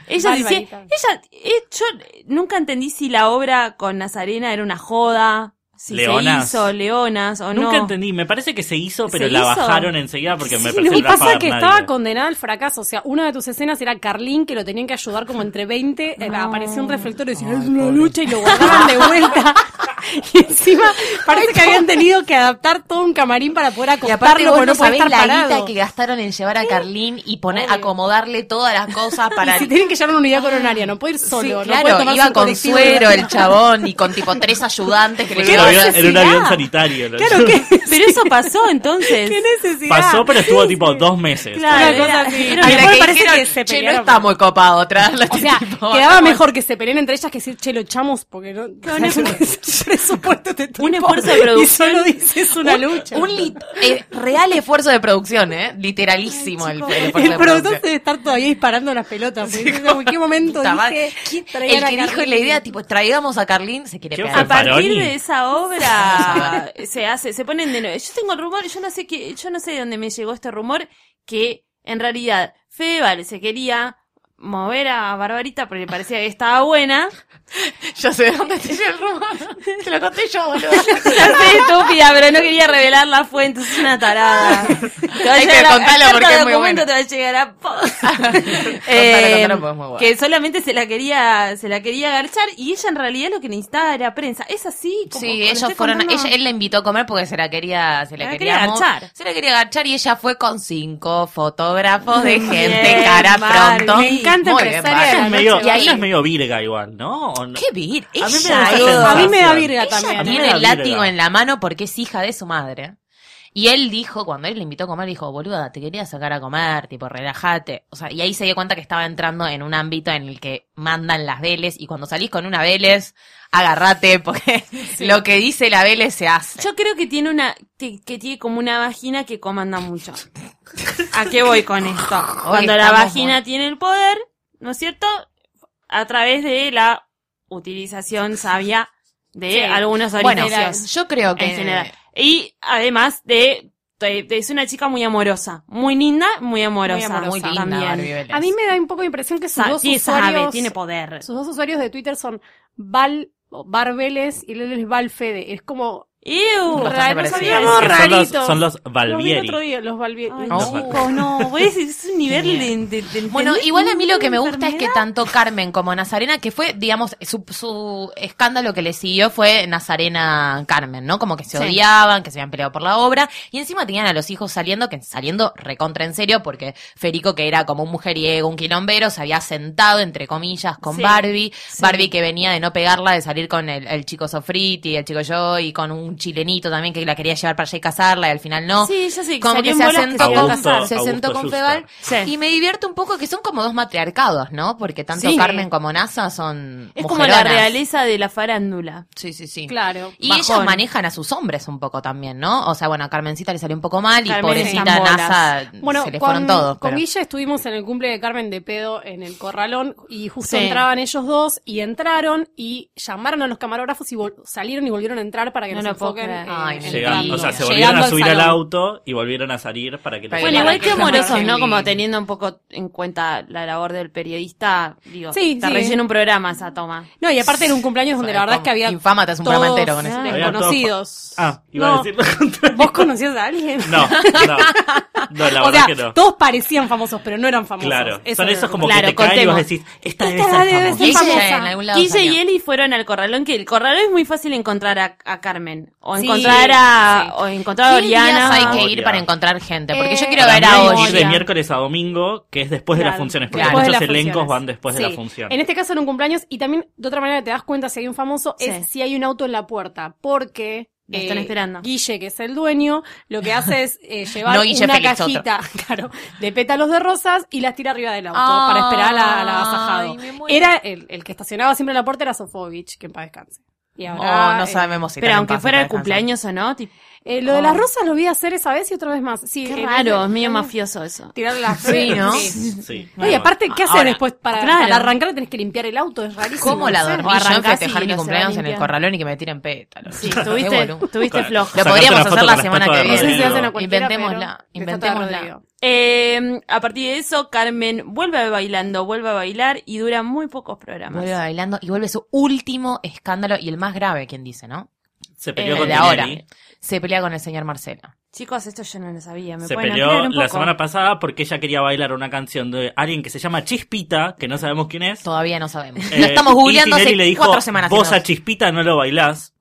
Speaker 3: Ella decía,
Speaker 5: Barbarita.
Speaker 3: ella, eh, yo nunca entendí si la obra con Nazarena era una joda, si
Speaker 6: Leonas.
Speaker 3: se hizo Leonas o
Speaker 6: Nunca
Speaker 3: no.
Speaker 6: entendí, me parece que se hizo, pero
Speaker 3: ¿Se
Speaker 6: la
Speaker 3: hizo?
Speaker 6: bajaron enseguida porque me
Speaker 5: Sí,
Speaker 6: parece
Speaker 5: no, y
Speaker 6: el Rafa
Speaker 5: pasa que
Speaker 6: Bernardi.
Speaker 5: estaba condenada al fracaso. O sea, una de tus escenas era Carlín, que lo tenían que ayudar como entre 20. eh,
Speaker 3: No.
Speaker 5: Apareció un reflector y decía, es una lucha, y lo guardaban de
Speaker 4: (laughs)
Speaker 5: vuelta. y encima parece que habían tenido que adaptar todo un camarín para poder
Speaker 4: Y aparte
Speaker 5: acostarlo,
Speaker 4: vos
Speaker 5: porque
Speaker 4: no
Speaker 5: no podía
Speaker 4: sabés
Speaker 5: estar
Speaker 4: la
Speaker 5: parado.
Speaker 4: guita que gastaron en llevar a Carlín y poner,
Speaker 5: Obvio.
Speaker 4: acomodarle todas las cosas (laughs) para...
Speaker 5: Y si tienen que llevar una unidad coronaria, no puede ir solo.
Speaker 4: Sí,
Speaker 5: no puede
Speaker 4: claro,
Speaker 5: tomarse
Speaker 4: iba
Speaker 5: un
Speaker 4: con
Speaker 5: colectivo.
Speaker 4: suero (laughs) el chabón y con tipo tres ayudantes que le
Speaker 6: Fue
Speaker 5: ¿Qué
Speaker 6: en un
Speaker 4: llevaban-
Speaker 6: avión- en un
Speaker 5: necesidad?
Speaker 6: avión sanitario.
Speaker 5: (laughs)
Speaker 6: ¿no?
Speaker 5: Claro, ¿qué,
Speaker 4: (laughs)
Speaker 3: Pero eso pasó entonces.
Speaker 6: (laughs)
Speaker 5: qué necesidad?
Speaker 6: Pasó, pero estuvo tipo dos meses.
Speaker 3: Claro,
Speaker 5: Una cosa
Speaker 3: era-
Speaker 5: así.
Speaker 3: era una
Speaker 4: A la
Speaker 5: Después
Speaker 4: que
Speaker 5: parece
Speaker 4: dijeron,
Speaker 5: que se
Speaker 4: che, no
Speaker 5: pelearon.
Speaker 4: está muy copado traerlo. este
Speaker 5: O
Speaker 4: (laughs)
Speaker 5: sea, quedaba mejor que se peleen entre ellas que decir, che, lo echamos porque no...
Speaker 3: No, no,
Speaker 5: (laughs) es un presupuesto de
Speaker 3: Un esfuerzo de producción.
Speaker 5: Y solo dices una lucha.
Speaker 4: Un lit- eh, real esfuerzo de producción, ¿eh? Literalísimo el, el esfuerzo de
Speaker 5: El productor
Speaker 4: producción.
Speaker 5: debe estar todavía disparando las pelotas. porque dice, en cualquier momento
Speaker 4: Puta madre.
Speaker 5: dije,
Speaker 4: ¿Quién-
Speaker 5: traigan
Speaker 4: el
Speaker 5: a
Speaker 4: que dijo
Speaker 5: Carlín.
Speaker 4: la idea, tipo, traigamos a Carlín, se quiere
Speaker 6: ¿Qué
Speaker 4: pegar.
Speaker 3: A
Speaker 6: fue?
Speaker 3: partir
Speaker 6: Faroni.
Speaker 3: de esa
Speaker 6: (laughs)
Speaker 3: obra se hace, se ponen de nuevo. Yo tengo el rumor, yo no sé qué, yo no sé de dónde me llegó este rumor que en realidad Fedeval se quería mover a Barbarita porque le parecía que estaba buena.
Speaker 4: (laughs) Yo sé de dónde tiene el rumor. Te lo conté yo, (laughs) boludo.
Speaker 3: Ya sé, estúpida, pero no quería revelar la fuente, es una
Speaker 4: (laughs)
Speaker 3: tarada. Te va a
Speaker 4: Hay que
Speaker 3: llegar a-
Speaker 4: contarlo
Speaker 3: carta
Speaker 4: porque es muy
Speaker 3: documento
Speaker 4: bueno. (laughs)
Speaker 3: te va a llegar a pos.
Speaker 4: Eh, contalo, porque es muy bueno.
Speaker 3: Que solamente se la quería, se la quería agarchar y ella en realidad lo que necesitaba era prensa. Es así. como- como
Speaker 4: Sí,
Speaker 3: le
Speaker 4: ellos
Speaker 3: estoy
Speaker 4: fueron,
Speaker 3: contando.
Speaker 4: ella, él la invitó a comer porque se la quería, se la,
Speaker 3: La
Speaker 4: quería,
Speaker 3: quería
Speaker 4: mo-
Speaker 3: garchar.
Speaker 4: Se la quería garchar y ella fue con cinco fotógrafos de gente
Speaker 3: Bien,
Speaker 4: cara
Speaker 3: Barbie.
Speaker 4: pronto.
Speaker 5: Me encanta
Speaker 4: Muy bien,
Speaker 5: empresaria de
Speaker 4: Barbie.
Speaker 5: la
Speaker 6: Es medio,
Speaker 5: noche.
Speaker 4: Y ahí-
Speaker 6: ella es medio virga igual, ¿no? ¿O no?
Speaker 4: Qué vir,
Speaker 6: A mí me
Speaker 4: ella
Speaker 6: da
Speaker 4: es-
Speaker 6: esa
Speaker 5: A mí me da
Speaker 6: sensación.
Speaker 5: virga
Speaker 4: Ella
Speaker 5: también.
Speaker 6: mí
Speaker 5: ¿eh?
Speaker 6: me
Speaker 4: tiene
Speaker 6: da
Speaker 4: el
Speaker 6: virga.
Speaker 4: látigo en la mano porque es hija de su madre. Y él dijo, cuando él le invitó a comer, dijo, boluda, te quería sacar a comer, tipo, relájate. O sea, y ahí se dio cuenta que estaba entrando en un ámbito en el que mandan las Vélez, y cuando salís con una Vélez, agárrate, (laughs) porque lo que dice la Vélez se hace.
Speaker 3: Yo creo que tiene una, que, que tiene como una vagina que comanda mucho. ¿A qué voy con esto? Cuando la
Speaker 4: estamos
Speaker 3: vagina
Speaker 4: muy-
Speaker 3: tiene el poder, ¿no es cierto? A través de la utilización sabia de
Speaker 5: Sí.
Speaker 3: algunos
Speaker 4: bueno,
Speaker 3: orificios.
Speaker 4: yo creo que...
Speaker 3: en general. Y además de, de- de- es una chica muy amorosa, muy linda, muy amorosa,
Speaker 5: Muy amorosa.
Speaker 4: Muy linda
Speaker 3: también.
Speaker 4: Barbie Vélez.
Speaker 5: A mí me da un poco de impresión que sus
Speaker 3: Sa-
Speaker 5: dos
Speaker 3: tiene- sabe,
Speaker 5: usuarios...
Speaker 3: tiene poder.
Speaker 5: Sus dos usuarios de Twitter son Val... o Bar Vélez y Leles Val Fede. Es como...
Speaker 3: ¡Ew!
Speaker 4: Bastante
Speaker 5: raro, no
Speaker 4: parecido.
Speaker 5: sabíamos
Speaker 6: Es que son los,
Speaker 5: raritos.
Speaker 6: son los
Speaker 5: Los vi el
Speaker 6: Valvieri.
Speaker 5: otro día, los Valvieri.
Speaker 3: Ay,
Speaker 5: No.
Speaker 4: Oh.
Speaker 3: chicos, no, es, es un nivel de, de- de-
Speaker 4: Bueno,
Speaker 3: ¿entendés?
Speaker 4: igual a mí lo que me gusta es que
Speaker 3: Enfermedad.
Speaker 4: tanto Carmen como Nazarena, que fue, digamos, su, su escándalo que le siguió fue Nazarena-Carmen, ¿no? Como que se
Speaker 3: Sí.
Speaker 4: odiaban, que se habían peleado por la obra, y encima tenían a los hijos saliendo, que saliendo recontra en serio, porque Federico, que era como un mujeriego, un quilombero, se había sentado, entre comillas, con
Speaker 3: Sí,
Speaker 4: Barbie,
Speaker 3: sí.
Speaker 4: Barbie que venía de no pegarla, de salir con el, el chico Sofriti, el chico Joy, y con un chilenito también que la quería llevar para allá y casarla, y al final no.
Speaker 3: Sí, ya sé,
Speaker 4: Como
Speaker 3: salió
Speaker 4: que
Speaker 3: en
Speaker 4: se
Speaker 3: bolas
Speaker 4: asentó,
Speaker 3: se iba a
Speaker 4: con-
Speaker 6: Augusto-
Speaker 3: casar.
Speaker 4: se
Speaker 6: Augusto
Speaker 4: sentó con
Speaker 6: Schuster.
Speaker 4: Feval
Speaker 3: Sí.
Speaker 4: y me divierto un poco que son como dos matriarcados, ¿no? Porque tanto
Speaker 5: Sí.
Speaker 4: Carmen como NASA son
Speaker 3: Es como la
Speaker 4: mujeronas.
Speaker 3: realeza de la farándula.
Speaker 4: Sí, sí, sí.
Speaker 5: Claro.
Speaker 4: Y
Speaker 3: Bajón.
Speaker 4: ellas manejan a sus hombres un poco también, ¿no? O sea, bueno, a Carmencita le salió un poco mal y
Speaker 3: Carmen
Speaker 4: pobrecita
Speaker 3: están bolas.
Speaker 4: NASA
Speaker 5: Bueno,
Speaker 4: se le
Speaker 5: con,
Speaker 4: fueron todos.
Speaker 5: con
Speaker 4: pero-
Speaker 5: Guilla estuvimos en el cumple de Carmen de Pedo en el Corralón y justo
Speaker 3: Sí.
Speaker 5: entraban ellos dos y entraron y llamaron a los camarógrafos y vol- salieron y volvieron a entrar para que
Speaker 3: No
Speaker 5: nos
Speaker 3: lo puedo
Speaker 5: enfoquen.
Speaker 3: creer.
Speaker 5: eh,
Speaker 4: Ay,
Speaker 5: en
Speaker 4: me
Speaker 5: el
Speaker 6: Llegan-
Speaker 4: encanta.
Speaker 5: camino.
Speaker 6: o sea, se
Speaker 5: Llegando
Speaker 6: volvieron a
Speaker 5: al
Speaker 6: subir al
Speaker 5: salón.
Speaker 6: auto y volvieron a salir para que
Speaker 4: Para
Speaker 3: Bueno,
Speaker 4: que
Speaker 3: igual
Speaker 4: que
Speaker 3: que
Speaker 4: amor-
Speaker 3: amorosos,
Speaker 4: Jorge
Speaker 3: ¿no?
Speaker 4: Luis.
Speaker 3: Como teniendo un poco en cuenta la labor del periodista, digo,
Speaker 5: Sí,
Speaker 3: te
Speaker 5: sí.
Speaker 3: rellena un programa esa toma.
Speaker 5: No, y aparte era un cumpleaños donde la verdad es que había
Speaker 4: Infama, te hace un programa
Speaker 5: todos
Speaker 4: entero con eso.
Speaker 6: Había todos-
Speaker 5: desconocidos.
Speaker 6: Ah, iba
Speaker 5: No.
Speaker 6: a decir lo contrario.
Speaker 5: ¿Vos conocías a alguien?
Speaker 6: (laughs) No, no. No,
Speaker 5: (laughs)
Speaker 6: la
Speaker 5: o
Speaker 6: verdad
Speaker 5: sea,
Speaker 6: que no.
Speaker 5: todos parecían famosos, pero no eran famosos.
Speaker 6: Claro.
Speaker 5: Eso
Speaker 6: Son
Speaker 5: era
Speaker 6: esos
Speaker 5: lo
Speaker 6: como
Speaker 3: Claro,
Speaker 6: que te caen y vos
Speaker 3: contemos.
Speaker 6: decís, esta debe
Speaker 5: Esta debe
Speaker 6: ser
Speaker 5: ser
Speaker 6: famosa.
Speaker 4: Guille
Speaker 5: famosa.
Speaker 4: en algún lado
Speaker 3: Guille
Speaker 4: salió.
Speaker 3: y Eli fueron al corralón, que el corralón es muy fácil encontrar a, a Carmen, o
Speaker 5: Sí,
Speaker 3: encontrar a, o encontrar a
Speaker 4: ¿Qué días
Speaker 3: Oriana.
Speaker 4: hay que ir
Speaker 6: Oriana.
Speaker 4: para encontrar gente? Porque yo
Speaker 5: Eh,
Speaker 4: quiero
Speaker 6: Para
Speaker 4: ver
Speaker 6: mí
Speaker 4: a
Speaker 6: hay que ir de
Speaker 4: Oria.
Speaker 6: miércoles a domingo, que es después de las
Speaker 5: Claro,
Speaker 6: funciones, porque
Speaker 5: claro. Después de
Speaker 6: muchos
Speaker 5: las
Speaker 6: elencos
Speaker 5: funciones.
Speaker 6: van después de
Speaker 5: Sí.
Speaker 6: la función.
Speaker 5: En este caso era un cumpleaños y también de otra manera te das cuenta si hay un famoso
Speaker 3: Sí.
Speaker 5: es si hay un auto en la puerta, porque eh,
Speaker 3: Lo están esperando.
Speaker 5: Guille, que es el dueño, lo que hace es
Speaker 3: (laughs)
Speaker 5: eh, llevar
Speaker 4: No Guille
Speaker 5: una
Speaker 4: Félix,
Speaker 5: cajita, (laughs) claro, de pétalos de rosas y las tira arriba del auto para esperar a la, al agasajado.
Speaker 4: Ay, me muero.
Speaker 5: Era el, el que estacionaba siempre en la puerta era Sofovich, que en paz descanse. Y ahora
Speaker 4: Oh, no
Speaker 5: eh,
Speaker 4: sabemos si
Speaker 3: Pero
Speaker 4: también
Speaker 3: aunque
Speaker 4: pasa,
Speaker 3: fuera el
Speaker 4: para descansar.
Speaker 3: cumpleaños o no, tipo,
Speaker 5: eh, lo de las rosas lo vi hacer esa vez y otra vez más. Sí,
Speaker 3: Oh. qué
Speaker 5: en
Speaker 3: raro,
Speaker 5: ese-
Speaker 3: es medio mafioso eso.
Speaker 5: Tirar las
Speaker 4: Sí, ¿no?
Speaker 6: Sí.
Speaker 5: No, y aparte, ¿qué haces
Speaker 4: Ahora,
Speaker 5: después? Para,
Speaker 3: claro.
Speaker 5: para arrancar tenés que limpiar el auto, es rarísimo.
Speaker 4: ¿Cómo la
Speaker 5: no sé.
Speaker 4: dormí?
Speaker 3: O
Speaker 4: Yo en
Speaker 3: arrancás
Speaker 4: festejar
Speaker 3: y
Speaker 4: mi
Speaker 3: no se va
Speaker 4: cumpleaños en el
Speaker 3: limpiando.
Speaker 4: corralón y que me tiren pétalos.
Speaker 3: Sí,
Speaker 4: (laughs) Qué
Speaker 3: tuviste,
Speaker 4: boludo.
Speaker 3: tuviste
Speaker 6: Claro.
Speaker 3: flojo.
Speaker 4: Lo
Speaker 6: Sacarte
Speaker 4: podríamos
Speaker 6: una foto
Speaker 4: hacer la
Speaker 6: con las
Speaker 4: semana
Speaker 6: patas
Speaker 4: que
Speaker 6: de
Speaker 5: Eso
Speaker 4: viene.
Speaker 5: se hace
Speaker 6: Rodrigo.
Speaker 5: a cualquiera, pero
Speaker 4: Inventémosla,
Speaker 5: de Tata
Speaker 4: inventémosla.
Speaker 5: Rodrigo.
Speaker 3: Eh, a partir de eso, Carmen vuelve a bailando, vuelve a bailar y dura muy pocos programas.
Speaker 4: Vuelve bailando y vuelve su último escándalo y el más grave, quien dice, ¿no?
Speaker 6: Se
Speaker 3: Yo
Speaker 6: peleó
Speaker 5: eh,
Speaker 4: El
Speaker 6: con
Speaker 4: de ahora.
Speaker 6: Tinelli.
Speaker 4: Se pelea con el señor Marcelo.
Speaker 3: Chicos, esto yo no lo sabía. ¿Me
Speaker 6: Se
Speaker 3: pueden
Speaker 6: peleó
Speaker 3: aclarar un
Speaker 6: la
Speaker 3: poco?
Speaker 6: semana pasada porque ella quería bailar una canción de alguien que se llama Chispita, que no sabemos quién es.
Speaker 4: Todavía no sabemos.
Speaker 6: Eh,
Speaker 4: lo estamos googleando
Speaker 6: y Tinelli
Speaker 4: hace
Speaker 6: le dijo,
Speaker 4: cuatro semanas. si
Speaker 6: Vos
Speaker 4: no-
Speaker 6: a Chispita no lo bailás.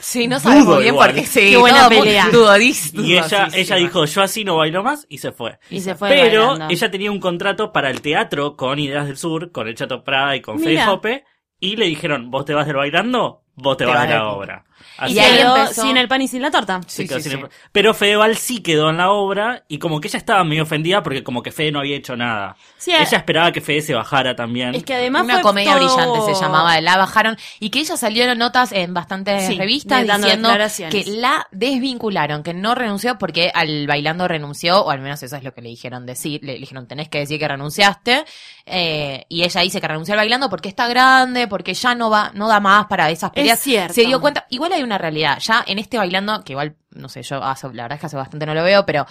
Speaker 4: sí, no sabemos
Speaker 6: Dudo
Speaker 4: bien
Speaker 6: igual.
Speaker 4: por qué. Sí,
Speaker 3: Qué buena
Speaker 4: todo muy
Speaker 3: pelea.
Speaker 4: dudodis-
Speaker 6: Y ella,
Speaker 4: dudosísima.
Speaker 6: ella dijo, yo así no bailo más, y se fue.
Speaker 3: Y se fue
Speaker 6: Pero
Speaker 3: bailando.
Speaker 6: ella tenía un contrato para el teatro con Ideas del Sur, con el Chato Prada y con Fede
Speaker 3: Mira.
Speaker 6: Jope, y le dijeron, vos te vas del bailando, vos te, vas de la
Speaker 4: del-
Speaker 6: obra.
Speaker 3: Y
Speaker 4: Y ahí
Speaker 3: quedó
Speaker 4: empezó-
Speaker 3: sin el pan y sin la torta.
Speaker 6: se
Speaker 4: Sí,
Speaker 6: quedó
Speaker 4: sí,
Speaker 6: sin
Speaker 4: sí.
Speaker 6: el- Pero Fedeval sí quedó en la obra y como que ella estaba medio ofendida porque como que Fede no había hecho nada.
Speaker 3: Sí,
Speaker 6: Ella esperaba que Fede se bajara también.
Speaker 3: es que además
Speaker 4: Una
Speaker 3: fue
Speaker 4: comedia
Speaker 3: todo-
Speaker 4: brillante se llamaba, la bajaron y que ella salieron notas en bastantes
Speaker 3: eh, Sí,
Speaker 4: revistas
Speaker 3: de- dando
Speaker 4: diciendo
Speaker 3: declaraciones.
Speaker 4: que la desvincularon, que no renunció porque al bailando renunció, o al menos eso es lo que le dijeron decir, le dijeron tenés que decir que renunciaste, eh, y ella dice que renunció al bailando porque está grande, porque ya no va, no da más para esas peleas.
Speaker 3: cierto.
Speaker 4: Se dio cuenta, igual hay una realidad, ya en este bailando, que igual, no sé, yo hace- la verdad es que hace bastante no lo veo, pero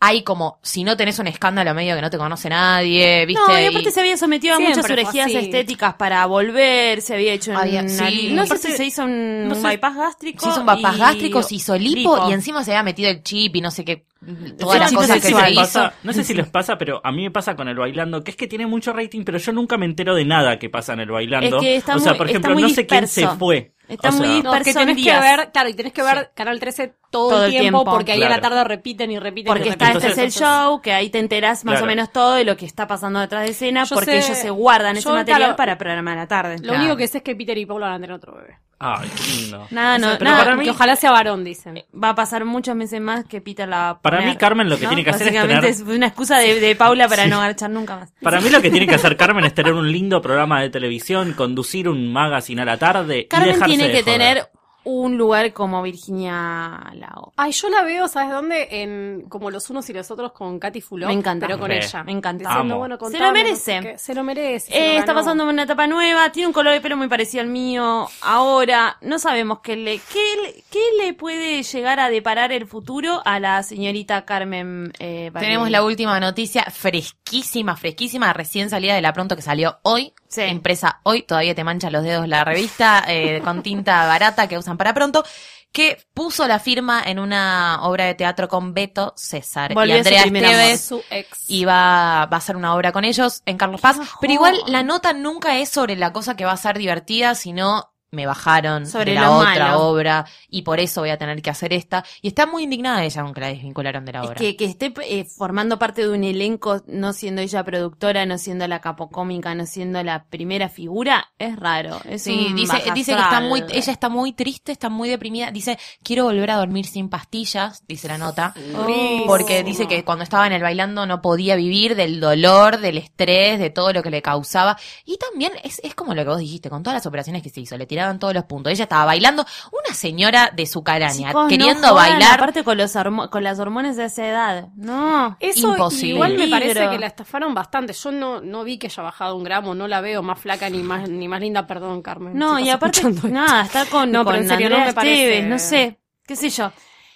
Speaker 4: hay como, si no tenés un escándalo medio que no te conoce nadie, ¿viste?
Speaker 3: No, y
Speaker 4: Y-
Speaker 3: aparte se había sometido a
Speaker 5: Siempre
Speaker 3: muchas
Speaker 5: fue
Speaker 3: cirugías
Speaker 5: así.
Speaker 3: estéticas para volver, se había hecho
Speaker 4: Había-
Speaker 3: una-
Speaker 4: sí.
Speaker 3: no sé
Speaker 4: Aparte,
Speaker 3: si se hizo un,
Speaker 6: no
Speaker 3: un
Speaker 6: sé-
Speaker 3: bypass gástrico.
Speaker 4: Se hizo un bypass
Speaker 3: y-
Speaker 4: gástrico, se hizo lipo,
Speaker 3: lipo.
Speaker 4: y encima se había metido el chip y no sé qué,
Speaker 6: Yo
Speaker 4: todas las
Speaker 3: sí,
Speaker 4: cosas que
Speaker 3: sí,
Speaker 4: se
Speaker 6: les
Speaker 3: sí,
Speaker 4: hizo.
Speaker 6: pasa- no sé si les pasa, pero a mí me pasa con el bailando, que es que tiene mucho rating, pero yo nunca me entero de nada que pasa en el bailando.
Speaker 3: Es que está
Speaker 6: o sea,
Speaker 3: muy-
Speaker 6: por
Speaker 3: está
Speaker 6: ejemplo,
Speaker 3: muy
Speaker 6: no sé quién se
Speaker 3: disperso.
Speaker 6: fue.
Speaker 3: Está
Speaker 6: O sea,
Speaker 3: muy-
Speaker 5: No, que
Speaker 3: Person
Speaker 5: tenés que
Speaker 3: días.
Speaker 5: ver, claro, y tenés que ver Canal 13 todo, el tiempo, porque ahí a la
Speaker 6: Claro.
Speaker 5: tarde repiten y repiten. y
Speaker 3: Porque
Speaker 5: repiten.
Speaker 3: está este es
Speaker 6: Entonces-
Speaker 3: el show, que ahí te enterás más
Speaker 6: Claro.
Speaker 3: o menos todo de lo que está pasando detrás de escena,
Speaker 5: Yo
Speaker 3: porque
Speaker 5: sé-
Speaker 3: ellos se guardan ese
Speaker 5: yo,
Speaker 3: material
Speaker 5: claro,
Speaker 3: para programar a la tarde.
Speaker 5: Lo único que sé es que Peter y Paula van a tener otro bebé.
Speaker 6: Ay, qué lindo.
Speaker 3: Nada, no,
Speaker 6: Pero
Speaker 3: nada,
Speaker 6: para mí-
Speaker 5: que ojalá sea varón, dicen.
Speaker 3: va a pasar muchos meses más que Peter la va a
Speaker 6: Para
Speaker 3: poner.
Speaker 6: mí, Carmen, lo que tiene que hacer es
Speaker 3: Básicamente
Speaker 6: tener-
Speaker 3: es una excusa de, de Paula
Speaker 6: (laughs)
Speaker 3: para no marchar nunca más.
Speaker 6: Para mí lo que tiene que hacer Carmen es tener un lindo programa de televisión, conducir un magazine a la tarde y
Speaker 3: Carmen
Speaker 6: dejarse
Speaker 3: tiene
Speaker 6: de
Speaker 3: que
Speaker 6: joder.
Speaker 3: tener un lugar como Virginia Lao.
Speaker 5: Ay, yo la veo, ¿sabes dónde? En como los unos y los otros con Katy Fulop.
Speaker 3: Me encanta.
Speaker 5: Pero con
Speaker 6: Sí.
Speaker 5: ella.
Speaker 3: Me encanta.
Speaker 6: Amo.
Speaker 5: Diciendo, bueno,
Speaker 3: Se lo
Speaker 5: contame, no sé
Speaker 3: merece.
Speaker 5: qué. se lo merece. se
Speaker 3: Eh,
Speaker 5: lo
Speaker 3: está
Speaker 5: ganó.
Speaker 3: pasando una etapa nueva, tiene un color de pelo muy parecido al mío. Ahora, no sabemos qué le, qué, le- qué le puede llegar a deparar el futuro a la señorita Carmen. eh, Barbieri.
Speaker 4: Tenemos la última noticia fresquísima, fresquísima, recién salida de la pronto que salió hoy.
Speaker 3: Sí.
Speaker 4: Impresa hoy, todavía te mancha los dedos la revista eh, con tinta barata que usan para pronto, que puso la firma en una obra de teatro con Beto César
Speaker 3: Volvió
Speaker 4: y
Speaker 3: su
Speaker 4: Andrea
Speaker 3: primer
Speaker 4: Esteves.
Speaker 5: Su ex.
Speaker 4: y va, va a hacer una obra con ellos en Carlos Paz.
Speaker 3: bajón.
Speaker 4: Pero igual la nota nunca es sobre la cosa que va a ser divertida, sino me bajaron
Speaker 3: Sobre
Speaker 4: de la
Speaker 3: lo
Speaker 4: otra
Speaker 3: malo.
Speaker 4: obra y por eso voy a tener que hacer esta. Y está muy indignada ella aunque la desvincularon de la
Speaker 3: Es
Speaker 4: obra.
Speaker 3: que, que esté eh, formando parte de un elenco, no siendo ella productora, no siendo la capocómica, no siendo la primera figura, es raro. Es
Speaker 4: Sí,
Speaker 3: un
Speaker 4: dice,
Speaker 3: baja
Speaker 4: dice que está
Speaker 3: Mm, astral.
Speaker 4: muy, ella está muy triste, está muy deprimida. Dice, quiero volver a dormir sin pastillas, dice la nota.
Speaker 5: Durísimo.
Speaker 4: Porque dice que cuando estaba en el bailando no podía vivir del dolor, del estrés, de todo lo que le causaba. Y también es, es como lo que vos dijiste, con todas las operaciones que se hizo, le tiraban todos los puntos. Ella estaba bailando, una señora de su caraña,
Speaker 3: Chicos, no
Speaker 4: queriendo
Speaker 3: jodan,
Speaker 4: bailar.
Speaker 3: Aparte con, los hormo- con las hormonas de esa edad. No.
Speaker 5: Eso
Speaker 4: Imposible.
Speaker 5: igual me
Speaker 3: Peligro.
Speaker 5: parece que la estafaron bastante. Yo no, no vi que haya bajado un gramo, no la veo más flaca ni más ni más linda, perdón, Carmen.
Speaker 3: No,
Speaker 5: si
Speaker 3: y
Speaker 5: estás
Speaker 3: aparte,
Speaker 5: escuchando esto.
Speaker 3: nada, está con,
Speaker 5: No, pero
Speaker 3: con
Speaker 5: en serio, no
Speaker 3: Andrea
Speaker 5: me parece-
Speaker 3: Esteves, no sé, qué sé yo.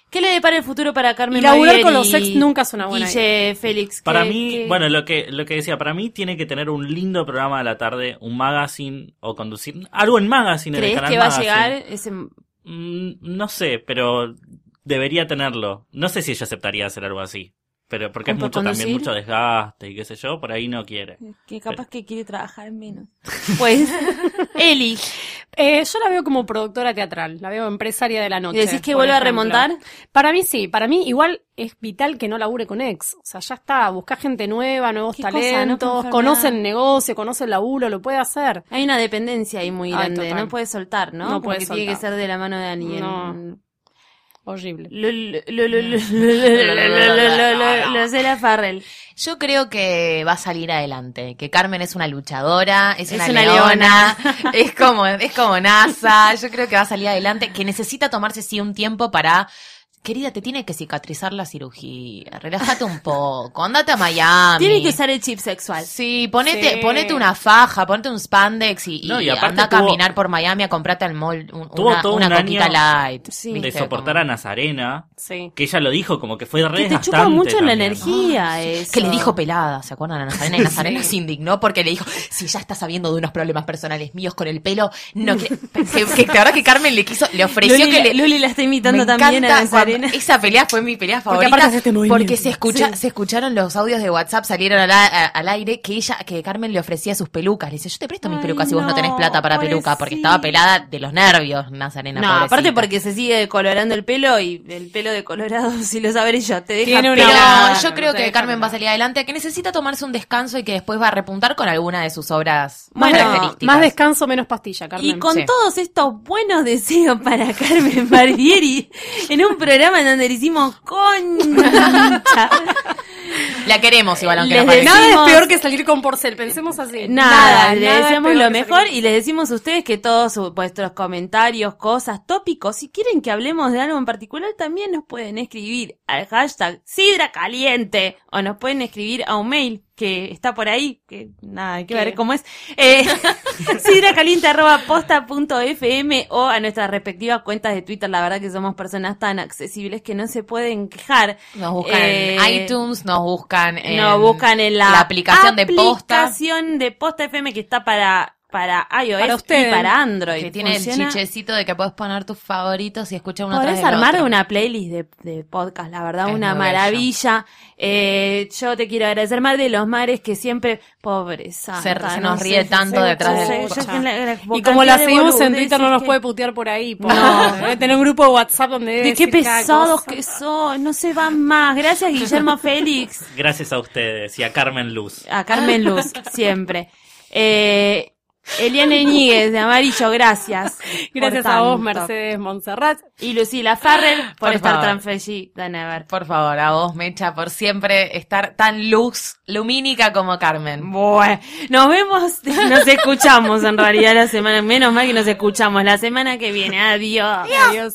Speaker 3: ¿Qué le depara el futuro para Carmen
Speaker 5: Y laburar
Speaker 3: Barbieri
Speaker 5: con los ex nunca es una buena
Speaker 3: Guille, Félix.
Speaker 6: Para
Speaker 3: ¿qué-
Speaker 6: mí,
Speaker 3: qué?
Speaker 6: bueno, lo que, lo que decía, para mí tiene que tener un lindo programa de la tarde, un magazine o conducir algo en magazine en el
Speaker 3: ¿crees
Speaker 6: canal
Speaker 3: que va a
Speaker 6: Magazine.
Speaker 3: llegar ese...
Speaker 6: Mm, No sé, pero debería tenerlo. No sé si ella aceptaría hacer algo así. Pero porque es
Speaker 3: ¿Con-
Speaker 6: mucho también,
Speaker 3: conducir?
Speaker 6: mucho desgaste y qué sé yo, por ahí no quiere.
Speaker 3: que capaz que quiere trabajar menos? Pues, Eli,
Speaker 5: Eh, yo la veo como productora teatral, la veo empresaria de la
Speaker 3: ¿y
Speaker 5: noche.
Speaker 3: decís que
Speaker 5: por
Speaker 3: vuelve a
Speaker 5: ejemplo.
Speaker 3: remontar?
Speaker 5: Para mí sí, para mí igual es vital que no labure con ex. O sea, ya está, busca gente nueva, nuevos
Speaker 3: Qué cosa, ¿no? Qué
Speaker 5: talentos,
Speaker 3: enfermedad.
Speaker 5: conoce el negocio, conoce el laburo, lo puede hacer.
Speaker 3: Hay una dependencia ahí muy
Speaker 5: Ay,
Speaker 3: grande,
Speaker 5: total.
Speaker 3: no puede soltar, ¿no?
Speaker 5: No
Speaker 3: Como
Speaker 5: puede
Speaker 3: que tiene que
Speaker 5: soltar.
Speaker 3: ser de la mano de alguien.
Speaker 5: No. Horrible.
Speaker 3: Lo- lo- lo- lo- lo- lo- lo- lo- lo- Lo sé la Farrell.
Speaker 4: Yo creo que va a salir adelante, que Carmen es una luchadora, es,
Speaker 3: Es
Speaker 4: una,
Speaker 3: una
Speaker 4: leona, (laughs) es como, es como NASA. Yo creo que va a salir adelante, que necesita tomarse sí un tiempo para, querida, te tiene que cicatrizar la cirugía, relájate un poco, andate a Miami.
Speaker 3: Tiene que usar el chip sexual.
Speaker 4: Sí, ponete,
Speaker 5: Sí.
Speaker 4: ponete una faja, ponete un spandex y,
Speaker 6: No, y
Speaker 4: y
Speaker 6: aparte
Speaker 4: anda a
Speaker 6: tuvo-
Speaker 4: caminar por Miami a comprarte al mall un-
Speaker 6: Tuvo
Speaker 4: una,
Speaker 6: todo
Speaker 4: una
Speaker 6: un
Speaker 4: coquita
Speaker 6: año
Speaker 4: light.
Speaker 3: Sí.
Speaker 6: De
Speaker 4: ¿viste?
Speaker 6: soportar a Nazarena,
Speaker 5: Sí.
Speaker 6: que ella lo dijo como que fue re
Speaker 3: Que te chupa
Speaker 6: desgastante
Speaker 3: mucho la
Speaker 6: también.
Speaker 3: energía
Speaker 4: Como-
Speaker 3: eso.
Speaker 4: Que le dijo pelada, ¿se acuerdan a Nazarena? Y Nazarena se indignó porque le dijo, si ya estás sabiendo de unos problemas personales míos con el pelo,
Speaker 3: (laughs)
Speaker 4: no que, que, que- la verdad que Carmen le quiso, le ofreció
Speaker 3: Luli,
Speaker 4: que
Speaker 3: la-
Speaker 4: le,
Speaker 3: Luli la está imitando
Speaker 4: Me
Speaker 3: también a
Speaker 4: encanta
Speaker 3: Nazarena.
Speaker 4: cuando- Esa pelea fue mi pelea favorita.
Speaker 5: aparte
Speaker 4: Porque,
Speaker 5: hace este movimiento.
Speaker 4: se, escucha, se escucharon los audios de WhatsApp, salieron al, a- al aire, que ella, que Carmen le ofrecía sus pelucas. Le dice, yo te presto mis
Speaker 3: Ay,
Speaker 4: pelucas si vos no
Speaker 3: no,
Speaker 4: tenés plata para peluca, porque estaba
Speaker 3: pobrecita.
Speaker 4: pelada de los nervios,
Speaker 3: (laughs)
Speaker 4: Nazarena.
Speaker 3: No, aparte porque se sigue decolorando el pelo y el pelo decolorado, (laughs) si lo sabré yo, te deja
Speaker 5: Tiene una-
Speaker 4: Pero
Speaker 5: Claro,
Speaker 4: yo creo
Speaker 5: te
Speaker 4: que
Speaker 5: dejan
Speaker 4: Carmen va a
Speaker 5: hablar.
Speaker 4: salir adelante, que necesita tomarse un descanso y que después va a repuntar con alguna de sus obras más
Speaker 3: Bueno,
Speaker 4: características.
Speaker 5: Más descanso, menos pastilla, Carmen.
Speaker 3: Y con
Speaker 4: sí.
Speaker 3: todos estos buenos deseos para (laughs) Carmen Barbieri, en un programa en donde le hicimos concha.
Speaker 4: La queremos igual, aunque
Speaker 3: Les
Speaker 4: no parezca.
Speaker 3: deseo-
Speaker 5: Nada
Speaker 3: decimos-
Speaker 5: es peor que salir con Porcel, pensemos así.
Speaker 3: Eh, Nada, le
Speaker 5: eh, nada es
Speaker 3: deseamos
Speaker 5: peor
Speaker 3: lo
Speaker 5: que salir
Speaker 3: mejor
Speaker 5: con-
Speaker 3: y les decimos a ustedes que todos su- vuestros comentarios, cosas, tópicos, si quieren que hablemos de algo en particular, también nos pueden escribir al hashtag Sidra Caliente o nos pueden escribir a un mail que está por ahí, que nada, hay que
Speaker 5: ¿Qué?
Speaker 3: ver cómo es. Eh, (laughs) sidracaliente.posta.fm o a nuestras respectivas cuentas de Twitter. La verdad que somos personas tan accesibles que no se pueden quejar.
Speaker 4: Nos buscan
Speaker 3: Eh,
Speaker 4: en iTunes, nos buscan en...
Speaker 3: Nos buscan en la,
Speaker 4: la aplicación de Posta.
Speaker 3: aplicación de Posta FM que está para, para iOS
Speaker 5: Para
Speaker 3: y
Speaker 5: ustedes.
Speaker 3: para Android.
Speaker 4: Que tiene
Speaker 3: Funciona-
Speaker 4: el chichecito de que puedes poner tus favoritos y escuchar uno tras
Speaker 3: Podés
Speaker 4: del
Speaker 3: armar
Speaker 4: otro.
Speaker 3: una playlist de, de podcast, la verdad,
Speaker 4: Es
Speaker 3: una
Speaker 4: muy bello.
Speaker 3: maravilla. Eh, yo te quiero agradecer, Mar de los Mares, que siempre, pobreza.
Speaker 4: Se- se nos ríe tanto detrás
Speaker 5: del podcast. Y como la seguimos en Twitter, no nos puede putear por ahí. por-
Speaker 3: No.
Speaker 5: (laughs) Debe tener un grupo de WhatsApp donde. debe
Speaker 3: De qué
Speaker 5: decir cada
Speaker 3: pesados
Speaker 5: cosa.
Speaker 3: que son, no se van más. Gracias,
Speaker 4: (laughs)
Speaker 3: Guillermo Félix.
Speaker 6: Gracias a ustedes y a Carmen Luz.
Speaker 3: A Carmen
Speaker 5: (laughs)
Speaker 3: Luz, siempre. Eh, Eliane Ñíguez, de Amarillo, gracias.
Speaker 5: Gracias
Speaker 3: por
Speaker 5: a vos,
Speaker 3: tanto.
Speaker 5: Mercedes Montserrat.
Speaker 3: Y Lucila Farrell por,
Speaker 4: Por
Speaker 3: estar
Speaker 4: favor.
Speaker 3: tan feliz de Never.
Speaker 4: Por favor, a vos, Mecha, por siempre estar tan luz, lumínica como Carmen.
Speaker 3: Bueno, nos vemos, (laughs) nos escuchamos en realidad la semana, menos mal que nos escuchamos la semana que viene. Adiós.
Speaker 5: Adiós.